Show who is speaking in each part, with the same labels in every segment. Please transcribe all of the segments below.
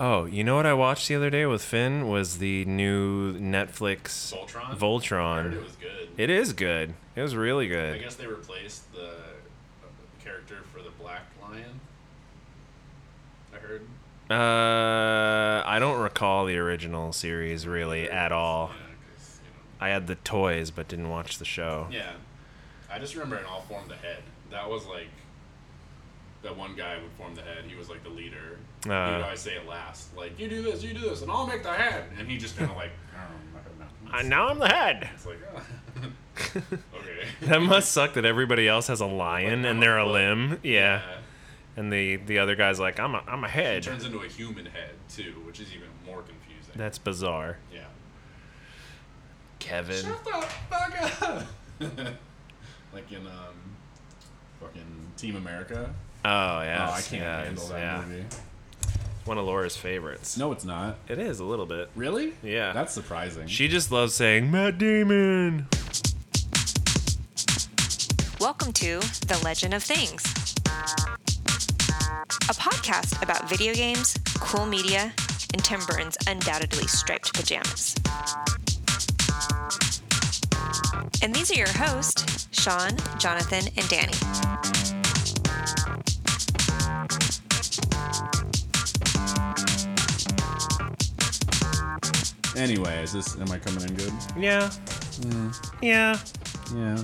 Speaker 1: Oh, you know what I watched the other day with Finn was the new Netflix
Speaker 2: Voltron? I heard
Speaker 1: Voltron.
Speaker 2: it was good.
Speaker 1: It is good. It was really
Speaker 2: I
Speaker 1: good.
Speaker 2: guess they replaced the uh, character for the Black Lion. I heard.
Speaker 1: Uh, I don't recall the original series really at all.
Speaker 2: Yeah, 'cause, you
Speaker 1: I had the toys but didn't watch the show.
Speaker 2: know. yeah. I just remember in All Form the Head. That was like. That one guy would form the head. He was like the leader. He would
Speaker 1: Uh.
Speaker 2: always say it last. Like, you do this, you do this, and I'll make the head. And he just kind of like, um, I
Speaker 1: Uh,
Speaker 2: don't know.
Speaker 1: now I'm the head.
Speaker 2: It's like, oh. okay.
Speaker 1: That must suck that everybody else has a lion and they're a limb. Yeah. And the the other guy's like, I'm a I'm a
Speaker 2: It
Speaker 1: head.
Speaker 2: turns into a human head, too, which is even more confusing.
Speaker 1: That's bizarre.
Speaker 2: yeah.
Speaker 1: Kevin.
Speaker 2: Shut the fuck up! like in um, fucking Team America.
Speaker 1: Oh yeah.
Speaker 2: oh, I can't handle that
Speaker 1: yeah.
Speaker 2: movie.
Speaker 1: One of Laura's favorites.
Speaker 2: No, it's not.
Speaker 1: It is a little bit.
Speaker 2: Really?
Speaker 1: Yeah.
Speaker 2: That's surprising.
Speaker 1: She just loves saying Matt Damon.
Speaker 3: Welcome to The Legend of Things, a podcast about video games, cool media, and Tim Burton's undoubtedly striped pajamas. And these are your hosts, Sean, Jonathan, and Danny.
Speaker 2: anyway, is this? Am I coming in good?
Speaker 1: Yeah.
Speaker 2: Hmm.
Speaker 1: Yeah.
Speaker 2: Yeah.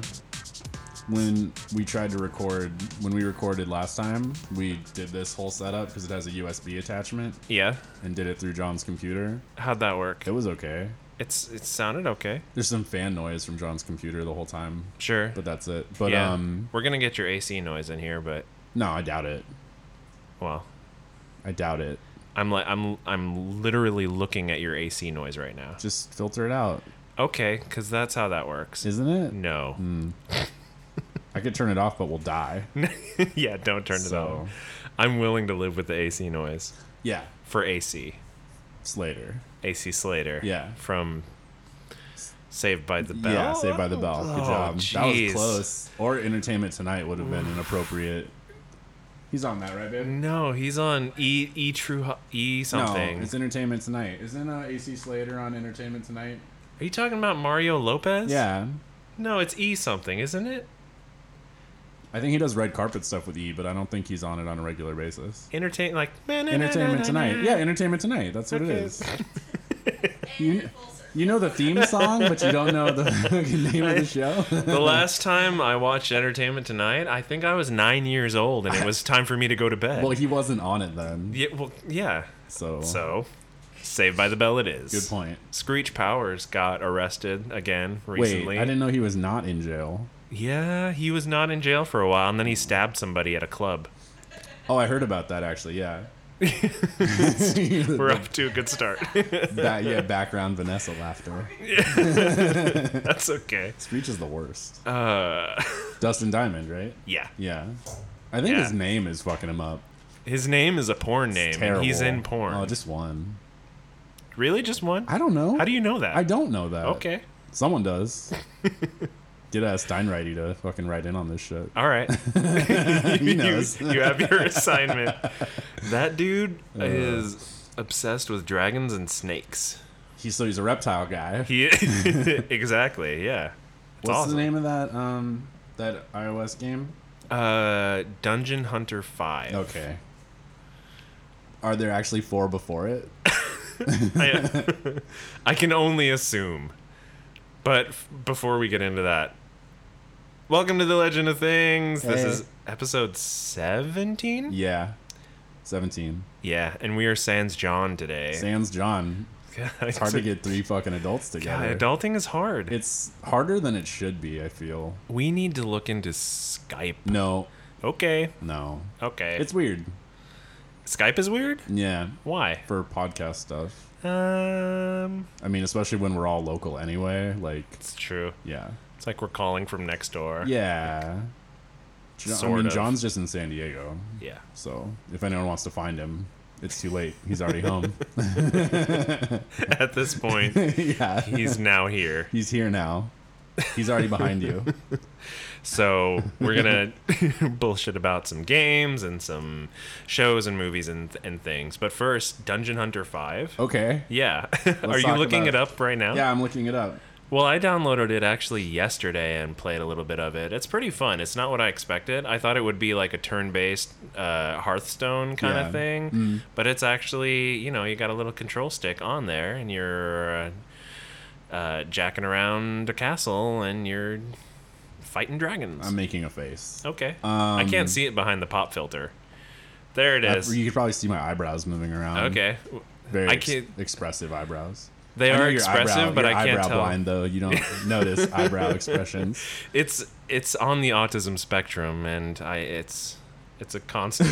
Speaker 2: When we tried to record, when we recorded last time, we did this whole setup because it has a USB attachment,
Speaker 1: Yeah.
Speaker 2: and did it through John's computer.
Speaker 1: How'd that work?
Speaker 2: It was okay.
Speaker 1: It's it sounded okay.
Speaker 2: There's some fan noise from John's computer the whole time,
Speaker 1: Sure.
Speaker 2: but that's it. But
Speaker 1: yeah.
Speaker 2: um,
Speaker 1: We're gonna get your AC noise in here, but
Speaker 2: no, I doubt it.
Speaker 1: well,
Speaker 2: I doubt it.
Speaker 1: I'm like I'm I'm literally looking at your AC noise right now.
Speaker 2: Just filter it out,
Speaker 1: Okay, because that's how that works.
Speaker 2: isn't it?
Speaker 1: no.
Speaker 2: Hmm. I could turn it off, but we'll die.
Speaker 1: yeah, don't turn to that
Speaker 2: So-
Speaker 1: on. I'm willing to live with the AC noise
Speaker 2: Yeah,
Speaker 1: for AC.
Speaker 2: Slater.
Speaker 1: AC Slater.
Speaker 2: Yeah.
Speaker 1: From Saved by the Bell.
Speaker 2: Yeah, Saved by the Bell. Good
Speaker 1: Oh,
Speaker 2: job. That was
Speaker 1: jeez.
Speaker 2: close. Or Entertainment Tonight would have been inappropriate. He's on that, right, babe?
Speaker 1: No, he's on E E True Ho- E something.
Speaker 2: No, it's Entertainment Tonight. Isn't uh, AC Slater on Entertainment Tonight?
Speaker 1: Are you talking about Mario Lopez?
Speaker 2: Yeah.
Speaker 1: No, it's E something, isn't it?
Speaker 2: I think he does red carpet stuff with E, but I don't think he's on it on a regular basis.
Speaker 1: Entertain like man.
Speaker 2: Entertainment Tonight. Yeah, Entertainment Tonight. That's what it
Speaker 1: Okay.
Speaker 2: is. You, you know the theme song, but you don't know the name of the show?
Speaker 1: The last time I watched Entertainment Tonight, I think I was nine years old, and it was time for me to go to bed.
Speaker 2: well, he wasn't on it then.
Speaker 1: yeah, well, yeah.
Speaker 2: So,
Speaker 1: So, Saved by the Bell, it is.
Speaker 2: good point.
Speaker 1: Screech Powers got arrested again recently.
Speaker 2: Wait, I didn't know he was not in jail.
Speaker 1: Yeah, he was not in jail for a while, and then he stabbed somebody at a club.
Speaker 2: Oh, I heard about that actually. Yeah.
Speaker 1: We're off to a good start.
Speaker 2: Ba- yeah, background Vanessa laughter.
Speaker 1: That's okay.
Speaker 2: Screech is the worst.
Speaker 1: Uh,
Speaker 2: Dustin Diamond, right?
Speaker 1: yeah.
Speaker 2: Yeah. I think
Speaker 1: Yeah.
Speaker 2: his name is fucking him up.
Speaker 1: His name is a porn name,
Speaker 2: Terrible.
Speaker 1: and he's in porn.
Speaker 2: Oh, just one.
Speaker 1: really, just one?
Speaker 2: I don't know.
Speaker 1: How do you know that?
Speaker 2: I don't know that.
Speaker 1: Okay.
Speaker 2: Someone does. Get a Steinreity to fucking write in on this shit.
Speaker 1: All right.
Speaker 2: He
Speaker 1: you,
Speaker 2: knows.
Speaker 1: you have your assignment. That dude
Speaker 2: Uh.
Speaker 1: is obsessed with dragons and snakes.
Speaker 2: He, so he's a reptile guy.
Speaker 1: He exactly, yeah. It's
Speaker 2: What's
Speaker 1: awesome.
Speaker 2: the name of that um that iOS game?
Speaker 1: Uh, Dungeon Hunter Five.
Speaker 2: Okay. Are there actually four before it?
Speaker 1: I, I can only assume. But f- before we get into that, welcome to the Legend of Things. This
Speaker 2: Hey.
Speaker 1: is episode seventeen.
Speaker 2: Yeah. Seventeen.
Speaker 1: Yeah, and we are Sans John today.
Speaker 2: Sans John.
Speaker 1: God,
Speaker 2: It's hard to get three fucking adults together.
Speaker 1: God, adulting is hard.
Speaker 2: It's harder than it should be, I feel.
Speaker 1: we need to look into Skype.
Speaker 2: No,
Speaker 1: Okay,
Speaker 2: no.
Speaker 1: okay.
Speaker 2: It's weird.
Speaker 1: Skype is weird.
Speaker 2: Yeah,
Speaker 1: Why?
Speaker 2: for podcast stuff.
Speaker 1: Um,
Speaker 2: I mean, especially when we're all local anyway. Like,
Speaker 1: it's true.
Speaker 2: yeah.
Speaker 1: It's like we're calling from next door.
Speaker 2: Yeah. Jo- I
Speaker 1: Sort
Speaker 2: mean,
Speaker 1: of.
Speaker 2: John's just in San Diego.
Speaker 1: Yeah.
Speaker 2: So if anyone wants to find him, it's too late. He's already home.
Speaker 1: At this point,
Speaker 2: yeah.
Speaker 1: he's now here.
Speaker 2: He's here now. He's already behind you.
Speaker 1: So we're gonna bullshit about some games and some shows and movies and and things. But first, Dungeon Hunter Five.
Speaker 2: Okay.
Speaker 1: Yeah, are you
Speaker 2: Oh. talk
Speaker 1: looking it
Speaker 2: about it.
Speaker 1: up right now?
Speaker 2: Yeah, I'm looking it up.
Speaker 1: Well, I downloaded it actually yesterday and played a little bit of it. It's pretty fun. It's not what I expected. I thought it would be like a turn-based uh, Hearthstone kind
Speaker 2: Yeah. Mm.
Speaker 1: of thing, but it's actually you know you got a little control stick on there and you're uh, uh, jacking around a castle and you're fighting dragons.
Speaker 2: I'm Um, making a face.
Speaker 1: Okay. I can't see it behind the pop filter. There it is.
Speaker 2: You could probably see my eyebrows moving around.
Speaker 1: okay.
Speaker 2: Very
Speaker 1: I
Speaker 2: ex-
Speaker 1: can't-
Speaker 2: expressive eyebrows.
Speaker 1: They
Speaker 2: I know
Speaker 1: are
Speaker 2: your
Speaker 1: expressive,
Speaker 2: eyebrow-
Speaker 1: but I
Speaker 2: your
Speaker 1: can't
Speaker 2: eyebrow
Speaker 1: tell.
Speaker 2: blind though. You don't notice eyebrow expressions.
Speaker 1: It's it's on the autism spectrum, and I it's it's a constant.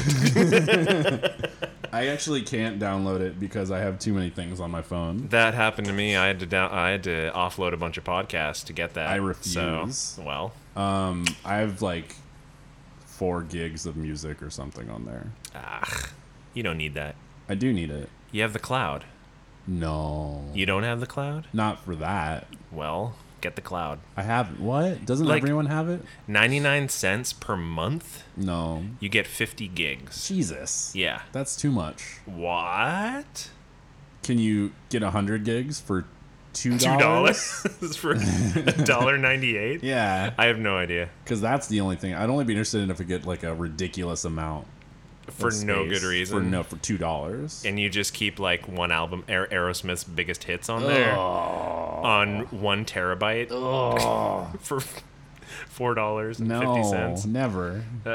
Speaker 2: I actually can't download it because I have too many things on my phone.
Speaker 1: that happened to me. I had to down, I had to offload a bunch of podcasts to get that.
Speaker 2: I refuse.
Speaker 1: So, well,
Speaker 2: Um, I have like four gigs of music or something on there.
Speaker 1: ah, you don't need that.
Speaker 2: I do need it.
Speaker 1: You have the cloud.
Speaker 2: No,
Speaker 1: You don't have the cloud.
Speaker 2: not for that.
Speaker 1: Well, get the cloud.
Speaker 2: I have what? Doesn't
Speaker 1: Like-
Speaker 2: everyone have it?
Speaker 1: Ninety nine cents per month.
Speaker 2: No,
Speaker 1: You get fifty gigs.
Speaker 2: Jesus.
Speaker 1: Yeah.
Speaker 2: That's too much.
Speaker 1: What?
Speaker 2: Can you get hundred gigs for two
Speaker 1: two dollars for a dollar ninety eight.
Speaker 2: Yeah,
Speaker 1: I have no idea
Speaker 2: because that's the only thing. I'd only be interested in if I get like a ridiculous amount
Speaker 1: for
Speaker 2: of
Speaker 1: no
Speaker 2: space
Speaker 1: good reason.
Speaker 2: For no, for two dollars.
Speaker 1: and you just keep like one album, Aer- Aerosmith's biggest hits on there, on one terabyte for four dollars and fifty
Speaker 2: No,
Speaker 1: cents. Uh,
Speaker 2: never. I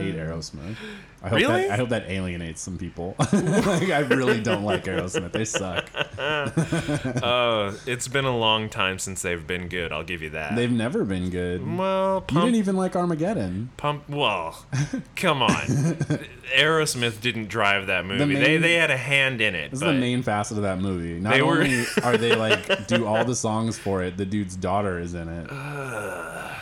Speaker 2: hate Aerosmith. I hope
Speaker 1: Really?
Speaker 2: That, I hope that alienates some people. like, I really don't like Aerosmith. They suck.
Speaker 1: Uh, it's been a long time since they've been good. I'll give you that.
Speaker 2: They've never been good.
Speaker 1: well,
Speaker 2: You
Speaker 1: pump,
Speaker 2: didn't e- even like Armageddon.
Speaker 1: pump. Well, come on. Aerosmith didn't drive that movie. they
Speaker 2: main-
Speaker 1: they had a hand in it.
Speaker 2: This
Speaker 1: but-
Speaker 2: is the main facet of that movie. Not
Speaker 1: They were-
Speaker 2: only are they like do all the songs for it, the dude's daughter is in it.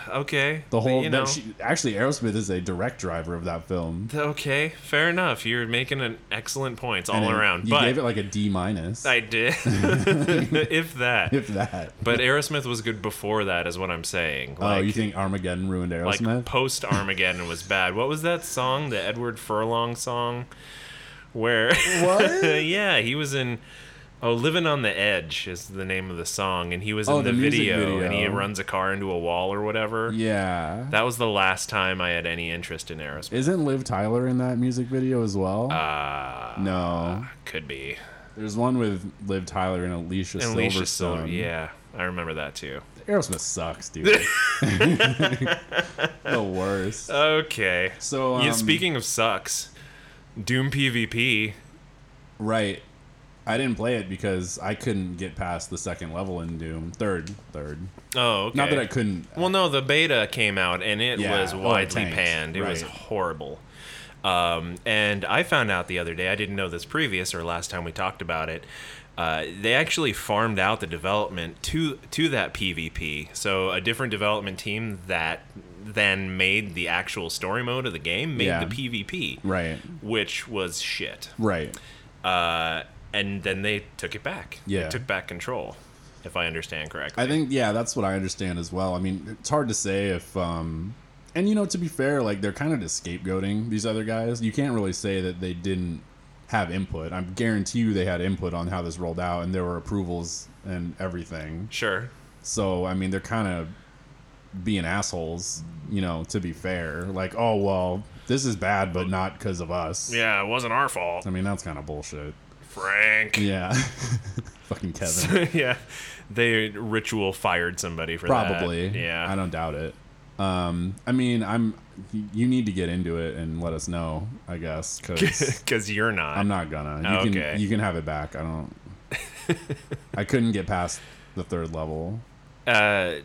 Speaker 1: okay.
Speaker 2: The whole
Speaker 1: you
Speaker 2: that
Speaker 1: know.
Speaker 2: she, actually Aerosmith is a direct driver of that film.
Speaker 1: Okay, fair enough. You're making an excellent points all
Speaker 2: And it-
Speaker 1: around.
Speaker 2: You
Speaker 1: but
Speaker 2: gave it like a D minus.
Speaker 1: I did, if that.
Speaker 2: If that.
Speaker 1: But Aerosmith was good before that, is what I'm saying. Like,
Speaker 2: oh, you think Armageddon ruined
Speaker 1: like
Speaker 2: Aerosmith?
Speaker 1: post Armageddon was bad. What was that song? The Edward Furlong song, where?
Speaker 2: What?
Speaker 1: yeah, he was in. Oh, "Living on the Edge" is the name of the song, and he was
Speaker 2: Oh,
Speaker 1: in the,
Speaker 2: the music
Speaker 1: video, and he
Speaker 2: video.
Speaker 1: runs a car into a wall or whatever.
Speaker 2: yeah.
Speaker 1: That was the last time I had any interest in Aerosmith.
Speaker 2: Isn't Liv Tyler in that music video as well?
Speaker 1: Uh,
Speaker 2: no.
Speaker 1: could be.
Speaker 2: There's one with Liv Tyler and Alicia
Speaker 1: And
Speaker 2: Silverstone.
Speaker 1: Alicia Silver. Yeah, I remember that too.
Speaker 2: Aerosmith sucks, dude. the worst.
Speaker 1: Okay.
Speaker 2: So,
Speaker 1: yeah,
Speaker 2: um,
Speaker 1: speaking of sucks, Doom PvP.
Speaker 2: Right. I didn't play it because I couldn't get past the second level in Doom. Third, third.
Speaker 1: Oh, okay.
Speaker 2: Not that I couldn't.
Speaker 1: Well, no, the beta came out and it
Speaker 2: Yeah,
Speaker 1: was
Speaker 2: oh,
Speaker 1: widely
Speaker 2: tanks,
Speaker 1: panned. It was
Speaker 2: right.
Speaker 1: horrible. Um, and I found out the other day, I didn't know this previous or last time we talked about it. Uh, they actually farmed out the development to to that PvP. So a different development team that then made the actual story mode of the game made
Speaker 2: Yeah.
Speaker 1: the PvP,
Speaker 2: Right.
Speaker 1: which was shit.
Speaker 2: Right.
Speaker 1: uh, and then they took it back.
Speaker 2: Yeah.
Speaker 1: they took back control, if I understand correctly.
Speaker 2: I think yeah, that's what I understand as well. I mean, it's hard to say if um and you know to be fair, like they're kind of just scapegoating these other guys. You can't really say that they didn't have input. I guarantee you they had input on how this rolled out and there were approvals and everything.
Speaker 1: sure.
Speaker 2: So, I mean, they're kind of being assholes, you know, to be fair. Like, oh, well, this is bad but not cuz of us.
Speaker 1: Yeah, it wasn't our fault,
Speaker 2: I mean, that's kind of bullshit.
Speaker 1: Frank. Yeah.
Speaker 2: Yeah. Fucking Kevin.
Speaker 1: they ritual fired somebody for that.
Speaker 2: Probably.
Speaker 1: Yeah,
Speaker 2: I don't doubt it. Um, I mean, I'm. You need to get into it and let us know, I guess, because
Speaker 1: because you're not.
Speaker 2: I'm not gonna. You
Speaker 1: Okay.
Speaker 2: can you can have it back. I don't. I couldn't get past the third level.
Speaker 1: Uh,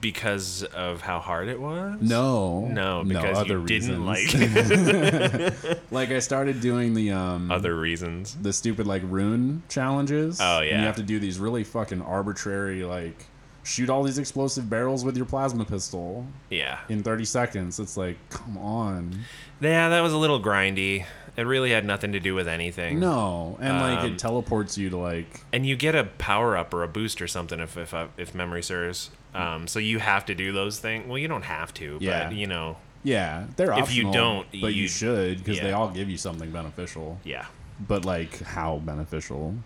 Speaker 1: because of how hard it was.
Speaker 2: No,
Speaker 1: No, because you didn't
Speaker 2: reasons.
Speaker 1: like
Speaker 2: like I started doing the um
Speaker 1: other reasons.
Speaker 2: the stupid like rune challenges.
Speaker 1: Oh,
Speaker 2: And
Speaker 1: yeah.
Speaker 2: you have to do these really fucking arbitrary like shoot all these explosive barrels with your plasma pistol
Speaker 1: Yeah.
Speaker 2: in 30 seconds. It's like, come on.
Speaker 1: Yeah, that was a little grindy. It really had nothing to do with anything.
Speaker 2: No. And like
Speaker 1: Um,
Speaker 2: it teleports you to like
Speaker 1: And you get a power up or a boost or something if if, I- if memory serves. Um, so you have to do those things. Well, you don't have to,
Speaker 2: Yeah.
Speaker 1: but you know,
Speaker 2: yeah, they're
Speaker 1: If you
Speaker 2: optional,
Speaker 1: don't,
Speaker 2: but you
Speaker 1: you-
Speaker 2: should because they
Speaker 1: yeah.
Speaker 2: all give you something beneficial.
Speaker 1: yeah.
Speaker 2: But like how beneficial?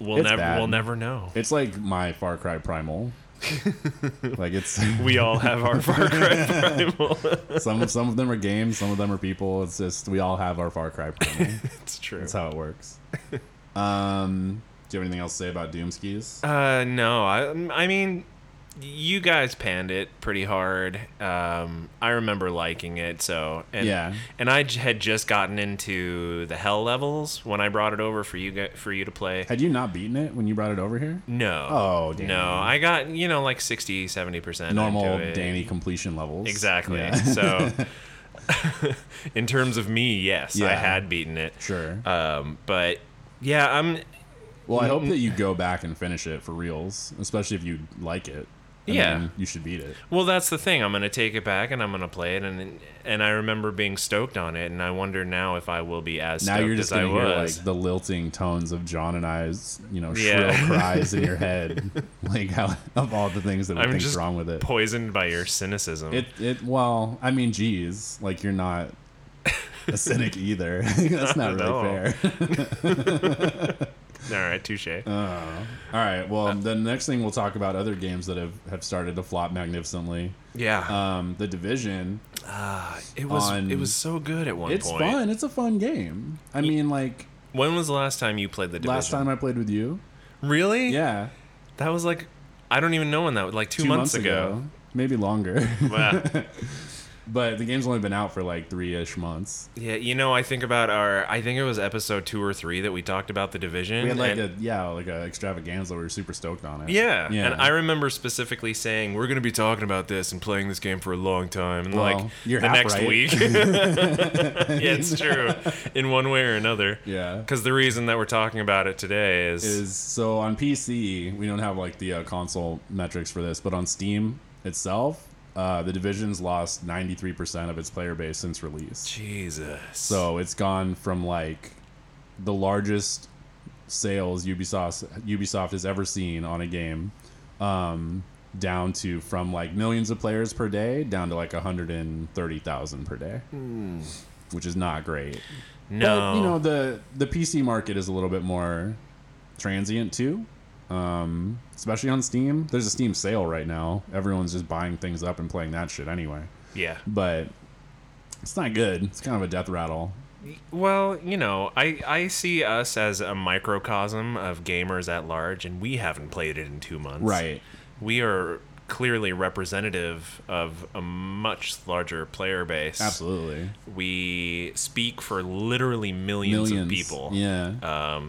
Speaker 1: We'll
Speaker 2: It's
Speaker 1: never
Speaker 2: bad.
Speaker 1: we'll never know.
Speaker 2: It's like my Far Cry Primal. like it's
Speaker 1: We all have our Far Cry primal.
Speaker 2: some some of them are games, some of them are people. It's just we all have our Far Cry Primal.
Speaker 1: it's true.
Speaker 2: That's how it works. Um, do you have anything else to say about Doom skis?
Speaker 1: Uh, no, I, I mean, you guys panned it pretty hard. Um, I remember liking it, so and,
Speaker 2: Yeah.
Speaker 1: And I j- had just gotten into the hell levels when I brought it over for you gu- for you to play.
Speaker 2: Had you not beaten it when you brought it over here?
Speaker 1: No.
Speaker 2: Oh, damn.
Speaker 1: No, I got you know like 60, 70 percent
Speaker 2: Normal Danny completion levels.
Speaker 1: Exactly.
Speaker 2: Yeah.
Speaker 1: So, in terms of me, yes, I
Speaker 2: Yeah.
Speaker 1: had beaten it.
Speaker 2: sure.
Speaker 1: Um, but yeah, I'm
Speaker 2: well, I hope that you go back and finish it for reals, especially if you like it. And
Speaker 1: Yeah.
Speaker 2: then you should beat it.
Speaker 1: Well, that's the thing. I'm gonna take it back and I'm gonna play it, and and I remember being stoked on it, and I wonder now if I will be as
Speaker 2: Now
Speaker 1: stoked
Speaker 2: you're just
Speaker 1: as I
Speaker 2: gonna hear
Speaker 1: was.
Speaker 2: like the lilting tones of John and I's, you know,
Speaker 1: Yeah.
Speaker 2: shrill cries in your head, like how of all the things that we
Speaker 1: I'm
Speaker 2: think's
Speaker 1: just
Speaker 2: wrong with it.
Speaker 1: poisoned by your cynicism.
Speaker 2: It it well, I mean, geez, like you're not a cynic either. That's not really
Speaker 1: Not at
Speaker 2: fair.
Speaker 1: All right, touche.
Speaker 2: uh, All right. Well, the next thing we'll talk about other games that have have started to flop magnificently.
Speaker 1: yeah,
Speaker 2: Um, the Division.
Speaker 1: it was
Speaker 2: uh, on-
Speaker 1: it was so good at one
Speaker 2: It's
Speaker 1: point.
Speaker 2: fun. It's a fun game. I mean, like
Speaker 1: When was the last time you played the division?
Speaker 2: last time I played with you.
Speaker 1: really?
Speaker 2: Yeah,
Speaker 1: that was like I don't even know when that was like two, months, ago.
Speaker 2: maybe longer.
Speaker 1: Wow.
Speaker 2: but the game's only been out for like three ish months.
Speaker 1: yeah, you know, I think about our. I think it was episode two or three that we talked about the division.
Speaker 2: We had like
Speaker 1: and-
Speaker 2: a yeah, like a extravaganza. We were super stoked on it.
Speaker 1: Yeah.
Speaker 2: yeah.
Speaker 1: And I remember specifically saying, we're going to be talking about this and playing this game for a long time. And
Speaker 2: Well,
Speaker 1: like
Speaker 2: you're
Speaker 1: the
Speaker 2: half
Speaker 1: next
Speaker 2: right.
Speaker 1: week. yeah, it's true. In one way or another.
Speaker 2: yeah.
Speaker 1: Because the reason that we're talking about it today is,
Speaker 2: is so on PC, we don't have like the uh, console metrics for this, but on Steam itself, uh, the division's lost 93% of its player base since release.
Speaker 1: Jesus.
Speaker 2: So it's gone from like the largest sales Ubisoft Ubisoft has ever seen on a game um, down to from like millions of players per day down to like 130,000 per day. Which is not great.
Speaker 1: no.
Speaker 2: But you know the the PC market is a little bit more transient too, um, especially on Steam. There's a Steam sale right now. Everyone's just buying things up and playing that shit anyway.
Speaker 1: yeah.
Speaker 2: But it's not good. It's kind of a death rattle.
Speaker 1: Well, you know, I, I see us as a microcosm of gamers at large, and we haven't played it in two months. We are clearly representative of a much larger player base.
Speaker 2: Absolutely.
Speaker 1: we speak for literally millions,
Speaker 2: Millions
Speaker 1: of people. Uh,
Speaker 2: Yeah.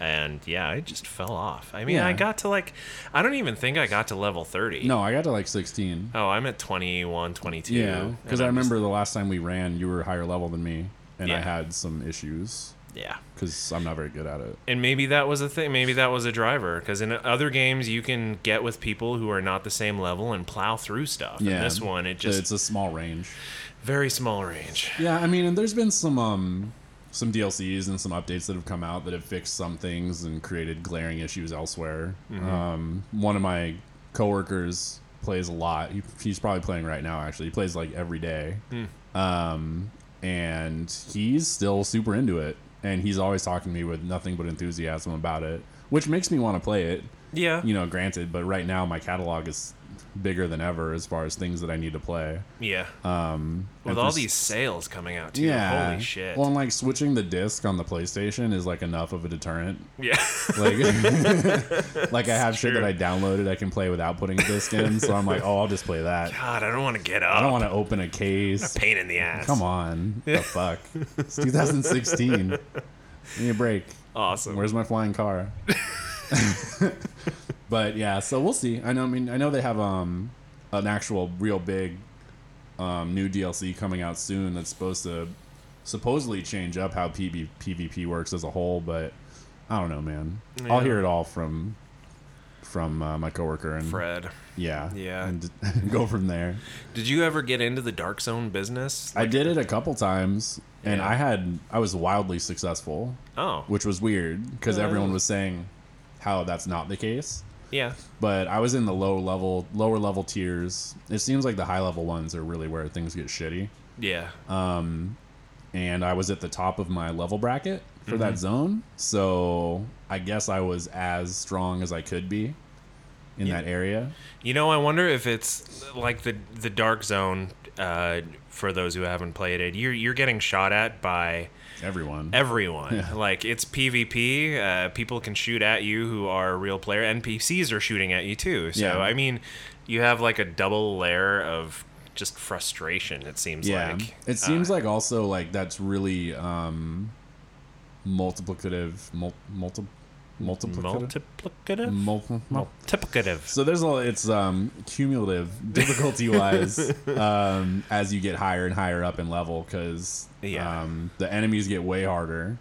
Speaker 1: And yeah, I just fell off. I mean,
Speaker 2: Yeah.
Speaker 1: I got to like, I don't even think I got to level 30.
Speaker 2: no, I got to like 16.
Speaker 1: Oh, I'm at 21, 22.
Speaker 2: yeah. Because
Speaker 1: and
Speaker 2: I
Speaker 1: I'm
Speaker 2: remember the last time we ran, you were higher level than me, and I
Speaker 1: Yeah.
Speaker 2: had some issues
Speaker 1: just- yeah.
Speaker 2: because I'm not very good at it.
Speaker 1: And maybe that was a thing. Maybe that was a driver. Because in other games, you can get with people who are not the same level and plow through stuff.
Speaker 2: Yeah.
Speaker 1: And this one, it just
Speaker 2: it's a small range.
Speaker 1: very small range.
Speaker 2: Yeah, I mean, and there's been some um some DLCs and some updates that have come out that have fixed some things and created glaring issues elsewhere. Um, one of my coworkers plays a lot. He, he's probably playing right now. Actually, he plays like every day. Um, and he's still super into it, and he's always talking to me with nothing but enthusiasm about it, which makes me want to play it.
Speaker 1: Yeah.
Speaker 2: You know, granted, but right now my catalog is bigger than ever as far as things that I need to play.
Speaker 1: yeah.
Speaker 2: Um,
Speaker 1: with
Speaker 2: and
Speaker 1: all
Speaker 2: there's-
Speaker 1: these sales coming out, too. Holy shit.
Speaker 2: Well, and like switching the disc on the PlayStation is like enough of a deterrent.
Speaker 1: yeah.
Speaker 2: Like, like I have shit
Speaker 1: true.
Speaker 2: that I downloaded I can play without putting a disc in, so I'm like, oh, I'll just play that.
Speaker 1: God, I don't want to get
Speaker 2: I don't
Speaker 1: up.
Speaker 2: want to open a case.
Speaker 1: Pain in the ass.
Speaker 2: Come on, the fuck. It's 2016. Give me a break.
Speaker 1: Awesome.
Speaker 2: Where's my flying car? but yeah, so we'll see. I know. I mean, I know they have um an actual real big um, new DLC coming out soon that's supposed to supposedly change up how PB, PvP works as a whole. But I don't know, man. I'll
Speaker 1: Yeah.
Speaker 2: hear it all from from uh, my coworker and
Speaker 1: Fred.
Speaker 2: Yeah,
Speaker 1: Yeah.
Speaker 2: and go from there.
Speaker 1: Did you ever get into the dark zone business?
Speaker 2: I did it a couple times, and
Speaker 1: Yeah.
Speaker 2: I had I was wildly successful,
Speaker 1: Oh,
Speaker 2: which was weird because
Speaker 1: Oh.
Speaker 2: everyone was saying how that's not the case.
Speaker 1: yeah.
Speaker 2: But I was in the low level, lower level tiers. It seems like the high level ones are really where things get shitty.
Speaker 1: Yeah.
Speaker 2: and I was at the top of my level bracket for that zone. So I guess I was as strong as I could be in that area.
Speaker 1: You know, I wonder if it's like the the dark zone. Uh, for those who haven't played it, you're you're getting shot at by
Speaker 2: Everyone.
Speaker 1: everyone.
Speaker 2: Yeah.
Speaker 1: Like it's PvP. Uh, people can shoot at you who are a real player. NPCs are shooting at you too. So
Speaker 2: Yeah.
Speaker 1: I mean, you have like a double layer of just frustration. It seems
Speaker 2: yeah.
Speaker 1: like uh,
Speaker 2: it seems like also like that's really um multiplicative mul- multi multiplicative
Speaker 1: multiplicative.
Speaker 2: Mul- mul-
Speaker 1: Multiplicative.
Speaker 2: so there's a it's um cumulative difficulty wise um as you get higher and higher up in level because
Speaker 1: Yeah.
Speaker 2: um the enemies get way harder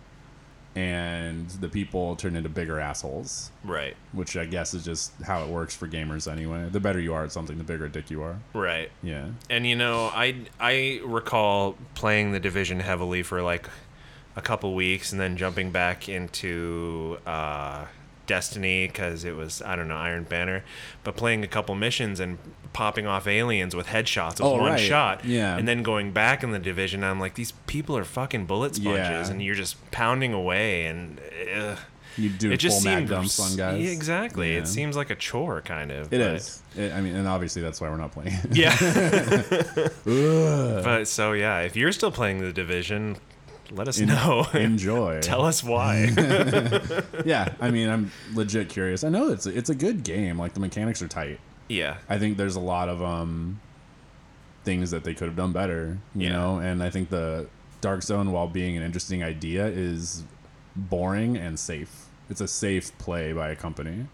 Speaker 2: and the people turn into bigger assholes
Speaker 1: Right.
Speaker 2: which I guess is just how it works for gamers anyway. The better you are at something, the bigger a dick you are.
Speaker 1: Right.
Speaker 2: Yeah.
Speaker 1: And you know, I I recall playing the division heavily for like a couple weeks, and then jumping back into uh, Destiny because it was I don't know Iron Banner, but playing a couple missions and popping off aliens with headshots with
Speaker 2: Oh,
Speaker 1: one
Speaker 2: right.
Speaker 1: shot,
Speaker 2: Yeah.
Speaker 1: and then going back in the division, I'm like, these people are fucking bullet sponges,
Speaker 2: Yeah.
Speaker 1: and you're just pounding away, and uh,
Speaker 2: You do
Speaker 1: it just
Speaker 2: full mag
Speaker 1: seems
Speaker 2: dumps on guys.
Speaker 1: Yeah, exactly.
Speaker 2: Yeah.
Speaker 1: It seems like a chore, kind of.
Speaker 2: It
Speaker 1: but-
Speaker 2: is. It- I mean, and obviously that's why we're not playing. it.
Speaker 1: Yeah. but so yeah, if you're still playing the division, let us know.
Speaker 2: Enjoy.
Speaker 1: Tell us why.
Speaker 2: yeah. I mean, I'm legit curious. I know it's it's a good game. Like the mechanics are tight.
Speaker 1: yeah.
Speaker 2: I think there's a lot of um things that they could have done better, you
Speaker 1: Yeah.
Speaker 2: know, and I think the Dark Zone while being an interesting idea is boring and safe. It's a safe play by a company.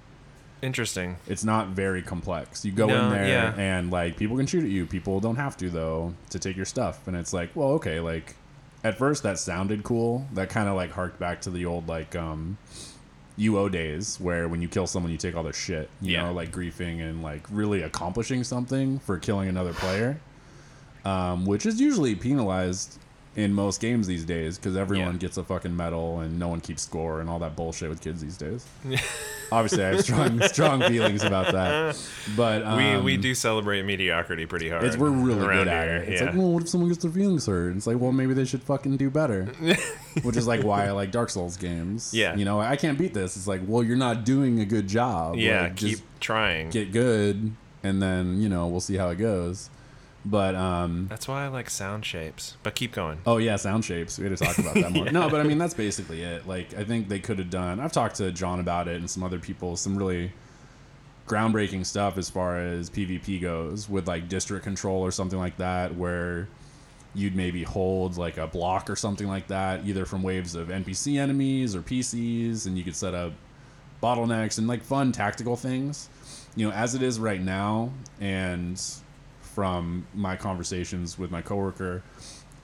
Speaker 1: Interesting.
Speaker 2: It's not very complex. You go
Speaker 1: No,
Speaker 2: in there
Speaker 1: yeah.
Speaker 2: and like people can shoot at you. People don't have to though to take your stuff. And it's like, well, okay, like at first that sounded cool. That kind of like harked back to the old like um UO days where when you kill someone you take all their shit, you
Speaker 1: Yeah.
Speaker 2: know, like griefing and like really accomplishing something for killing another player. Um which is usually penalized in most games these days cuz everyone
Speaker 1: Yeah.
Speaker 2: gets a fucking medal and no one keeps score and all that bullshit with kids these days obviously I have strong strong feelings about that. But um,
Speaker 1: We we do celebrate mediocrity pretty hard.
Speaker 2: It's, we're really
Speaker 1: around
Speaker 2: good at it.
Speaker 1: here,
Speaker 2: It's
Speaker 1: yeah.
Speaker 2: like, well, what if someone gets their feelings hurt? It's like, well, maybe they should fucking do better. Which is like why I like Dark Souls games.
Speaker 1: Yeah.
Speaker 2: you know, I can't beat this. It's like, well, you're not doing a good job.
Speaker 1: yeah,
Speaker 2: Like,
Speaker 1: keep
Speaker 2: just
Speaker 1: trying.
Speaker 2: get good, and then you know we'll see how it goes. But um,
Speaker 1: That's why I like sound shapes. But keep going.
Speaker 2: Oh yeah, sound shapes. We had to talk about that more. No, but I mean that's basically it. Like I think they could have done. I've talked to John about it and some other people. Some really groundbreaking stuff as far as PvP goes with like district control or something like that, where you'd maybe hold like a block or something like that, either from waves of NPC enemies or PCs, and you could set up bottlenecks and like fun tactical things. You know, as it is right now, and from my conversations with my coworker,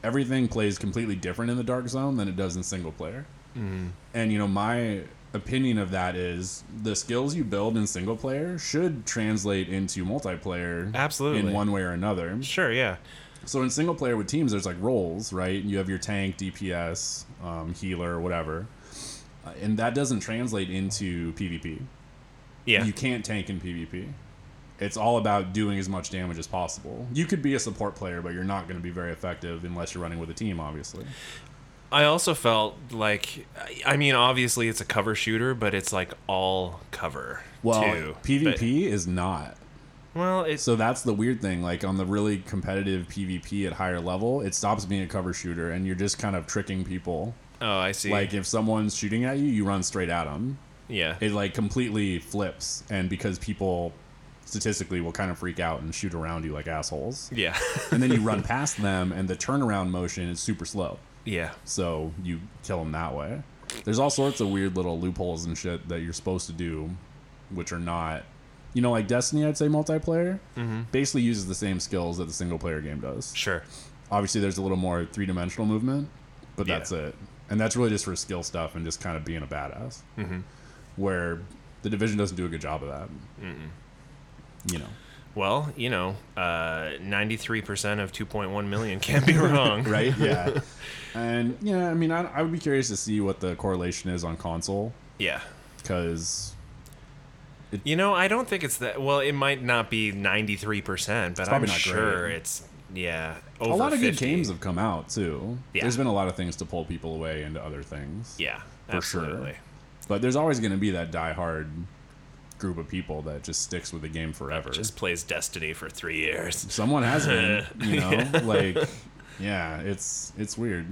Speaker 2: everything plays completely different in the dark zone than it does in single player. And you know, my opinion of that is the skills you build in single player should translate into multiplayer
Speaker 1: Absolutely.
Speaker 2: in one way or another.
Speaker 1: Sure, yeah.
Speaker 2: So in single player with teams, there's like roles, right? You have your tank, DPS, um, healer, whatever, Uh, and that doesn't translate into PvP.
Speaker 1: Yeah.
Speaker 2: You can't tank in PvP. It's all about doing as much damage as possible. You could be a support player, but you're not going to be very effective unless you're running with a team, obviously.
Speaker 1: I also felt like I- I mean, obviously it's a cover shooter, but it's like all cover.
Speaker 2: Well,
Speaker 1: too.
Speaker 2: PvP is not.
Speaker 1: But- well, it's
Speaker 2: So that's the weird thing. Like on the really competitive PvP at higher level, it stops being a cover shooter, and you're just kind of tricking people.
Speaker 1: oh, I see.
Speaker 2: Like if someone's shooting at you, you run straight at them.
Speaker 1: yeah.
Speaker 2: it like completely flips and because people statistically will kind of freak out and shoot around you like assholes
Speaker 1: yeah.
Speaker 2: and then you run past them and the turnaround motion is super slow
Speaker 1: yeah.
Speaker 2: so you kill them that way there's all sorts of weird little loopholes and shit that you're supposed to do which are not you know like destiny i'd say multiplayer basically uses the same skills that the single player game does
Speaker 1: Sure.
Speaker 2: obviously there's a little more three-dimensional movement but
Speaker 1: Yeah. Mm-hmm.
Speaker 2: that's it and that's really just for skill stuff and just kind of being a badass where the division doesn't do a good job of that. You know,
Speaker 1: Well, you know, uh, ninety-three percent of two point one million can't be wrong,
Speaker 2: right? Yeah, and yeah, I mean, I, I would be curious to see what the correlation is on console
Speaker 1: Yeah.
Speaker 2: because
Speaker 1: You know, I don't think it's that. Well, it might not be ninety-three percent, but I'm
Speaker 2: probably not great.
Speaker 1: sure it's yeah. Over
Speaker 2: a lot of
Speaker 1: 50.
Speaker 2: good games have come out too.
Speaker 1: Yeah.
Speaker 2: There's been a lot of things to pull people away into other things.
Speaker 1: Yeah,
Speaker 2: for sure.
Speaker 1: absolutely.
Speaker 2: But there's always going to be that diehard group of people that just sticks with the game forever.
Speaker 1: Just plays Destiny for three years.
Speaker 2: Someone has been, you know, like yeah, it's it's weird.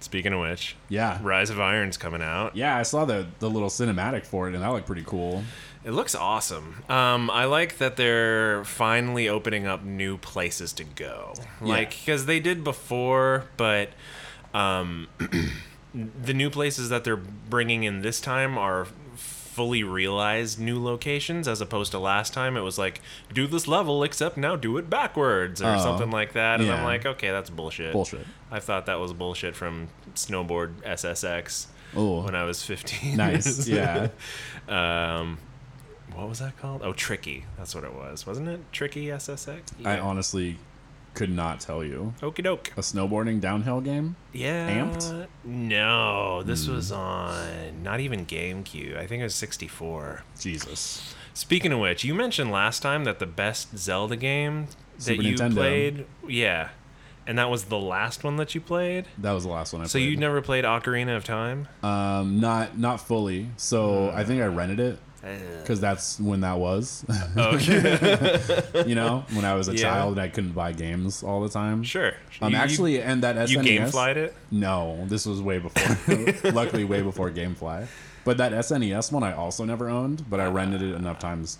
Speaker 1: Speaking of which,
Speaker 2: Yeah.
Speaker 1: Rise of Iron's coming out.
Speaker 2: Yeah, I saw the the little cinematic for it and that looked pretty cool.
Speaker 1: It looks awesome. Um, I like that they're finally opening up new places to go. Like, because they did before, but um, the new places that they're bringing in this time are fully realized new locations as opposed to last time it was like do this level except now do it backwards or
Speaker 2: Oh,
Speaker 1: something like that and i'm
Speaker 2: yeah.
Speaker 1: like okay that's bullshit
Speaker 2: Bullshit.
Speaker 1: i thought that was bullshit from snowboard ssx
Speaker 2: Ooh.
Speaker 1: when i was 15
Speaker 2: Nice. yeah.
Speaker 1: um, what was that called? Oh, Tricky. That's what it was, wasn't it? Tricky SSX.
Speaker 2: I honestly could not tell you.
Speaker 1: Okey doke.
Speaker 2: A snowboarding downhill game?
Speaker 1: Yeah.
Speaker 2: Amped? Hmm.
Speaker 1: No, this was on not even GameCube. I think it was 64.
Speaker 2: Jesus.
Speaker 1: Speaking of which, you mentioned last time that the best Zelda game that
Speaker 2: Super
Speaker 1: you
Speaker 2: Nintendo.
Speaker 1: played, yeah, and that was the last one that you played.
Speaker 2: That was the last one I
Speaker 1: So
Speaker 2: played.
Speaker 1: you never played Ocarina of Time?
Speaker 2: um not not fully. So I think I rented it
Speaker 1: Uh.
Speaker 2: cuz that's when that was.
Speaker 1: Oh, okay.
Speaker 2: you know, when I was a
Speaker 1: Yeah.
Speaker 2: child and I couldn't buy games all the time.
Speaker 1: sure.
Speaker 2: Um,
Speaker 1: You- you-
Speaker 2: actually, and that E SNES.
Speaker 1: you GameFlyed it?
Speaker 2: No, this was way before. luckily, way before GameFly. But that SNES one I also never owned, but I rented it enough times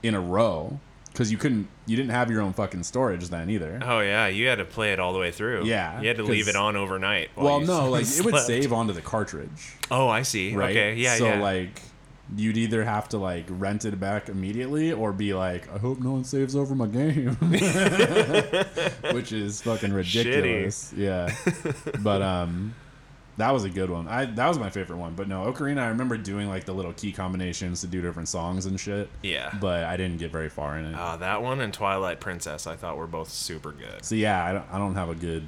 Speaker 2: in a row because you couldn't, you didn't have your own fucking storage then either.
Speaker 1: Oh yeah, you had to play it all the way through.
Speaker 2: Yeah,
Speaker 1: you had to leave
Speaker 2: 'cause-
Speaker 1: it on overnight. while
Speaker 2: well,
Speaker 1: Oh, you
Speaker 2: no, like it would
Speaker 1: slept.
Speaker 2: save onto the cartridge,
Speaker 1: Oh, I see.
Speaker 2: right?
Speaker 1: Okay, yeah,
Speaker 2: So
Speaker 1: yeah.
Speaker 2: like, you'd either have to like rent it back immediately or be like, I hope no one saves over my game, which is fucking ridiculous. Yeah, but um. That was a good one. I that was my favorite one. But no, Ocarina, I remember doing like the little key combinations to do different songs and shit.
Speaker 1: Yeah.
Speaker 2: But I didn't get very far in it.
Speaker 1: Ah, that one and Twilight Princess, I thought were both super good.
Speaker 2: so yeah, I don't, I don't have a good.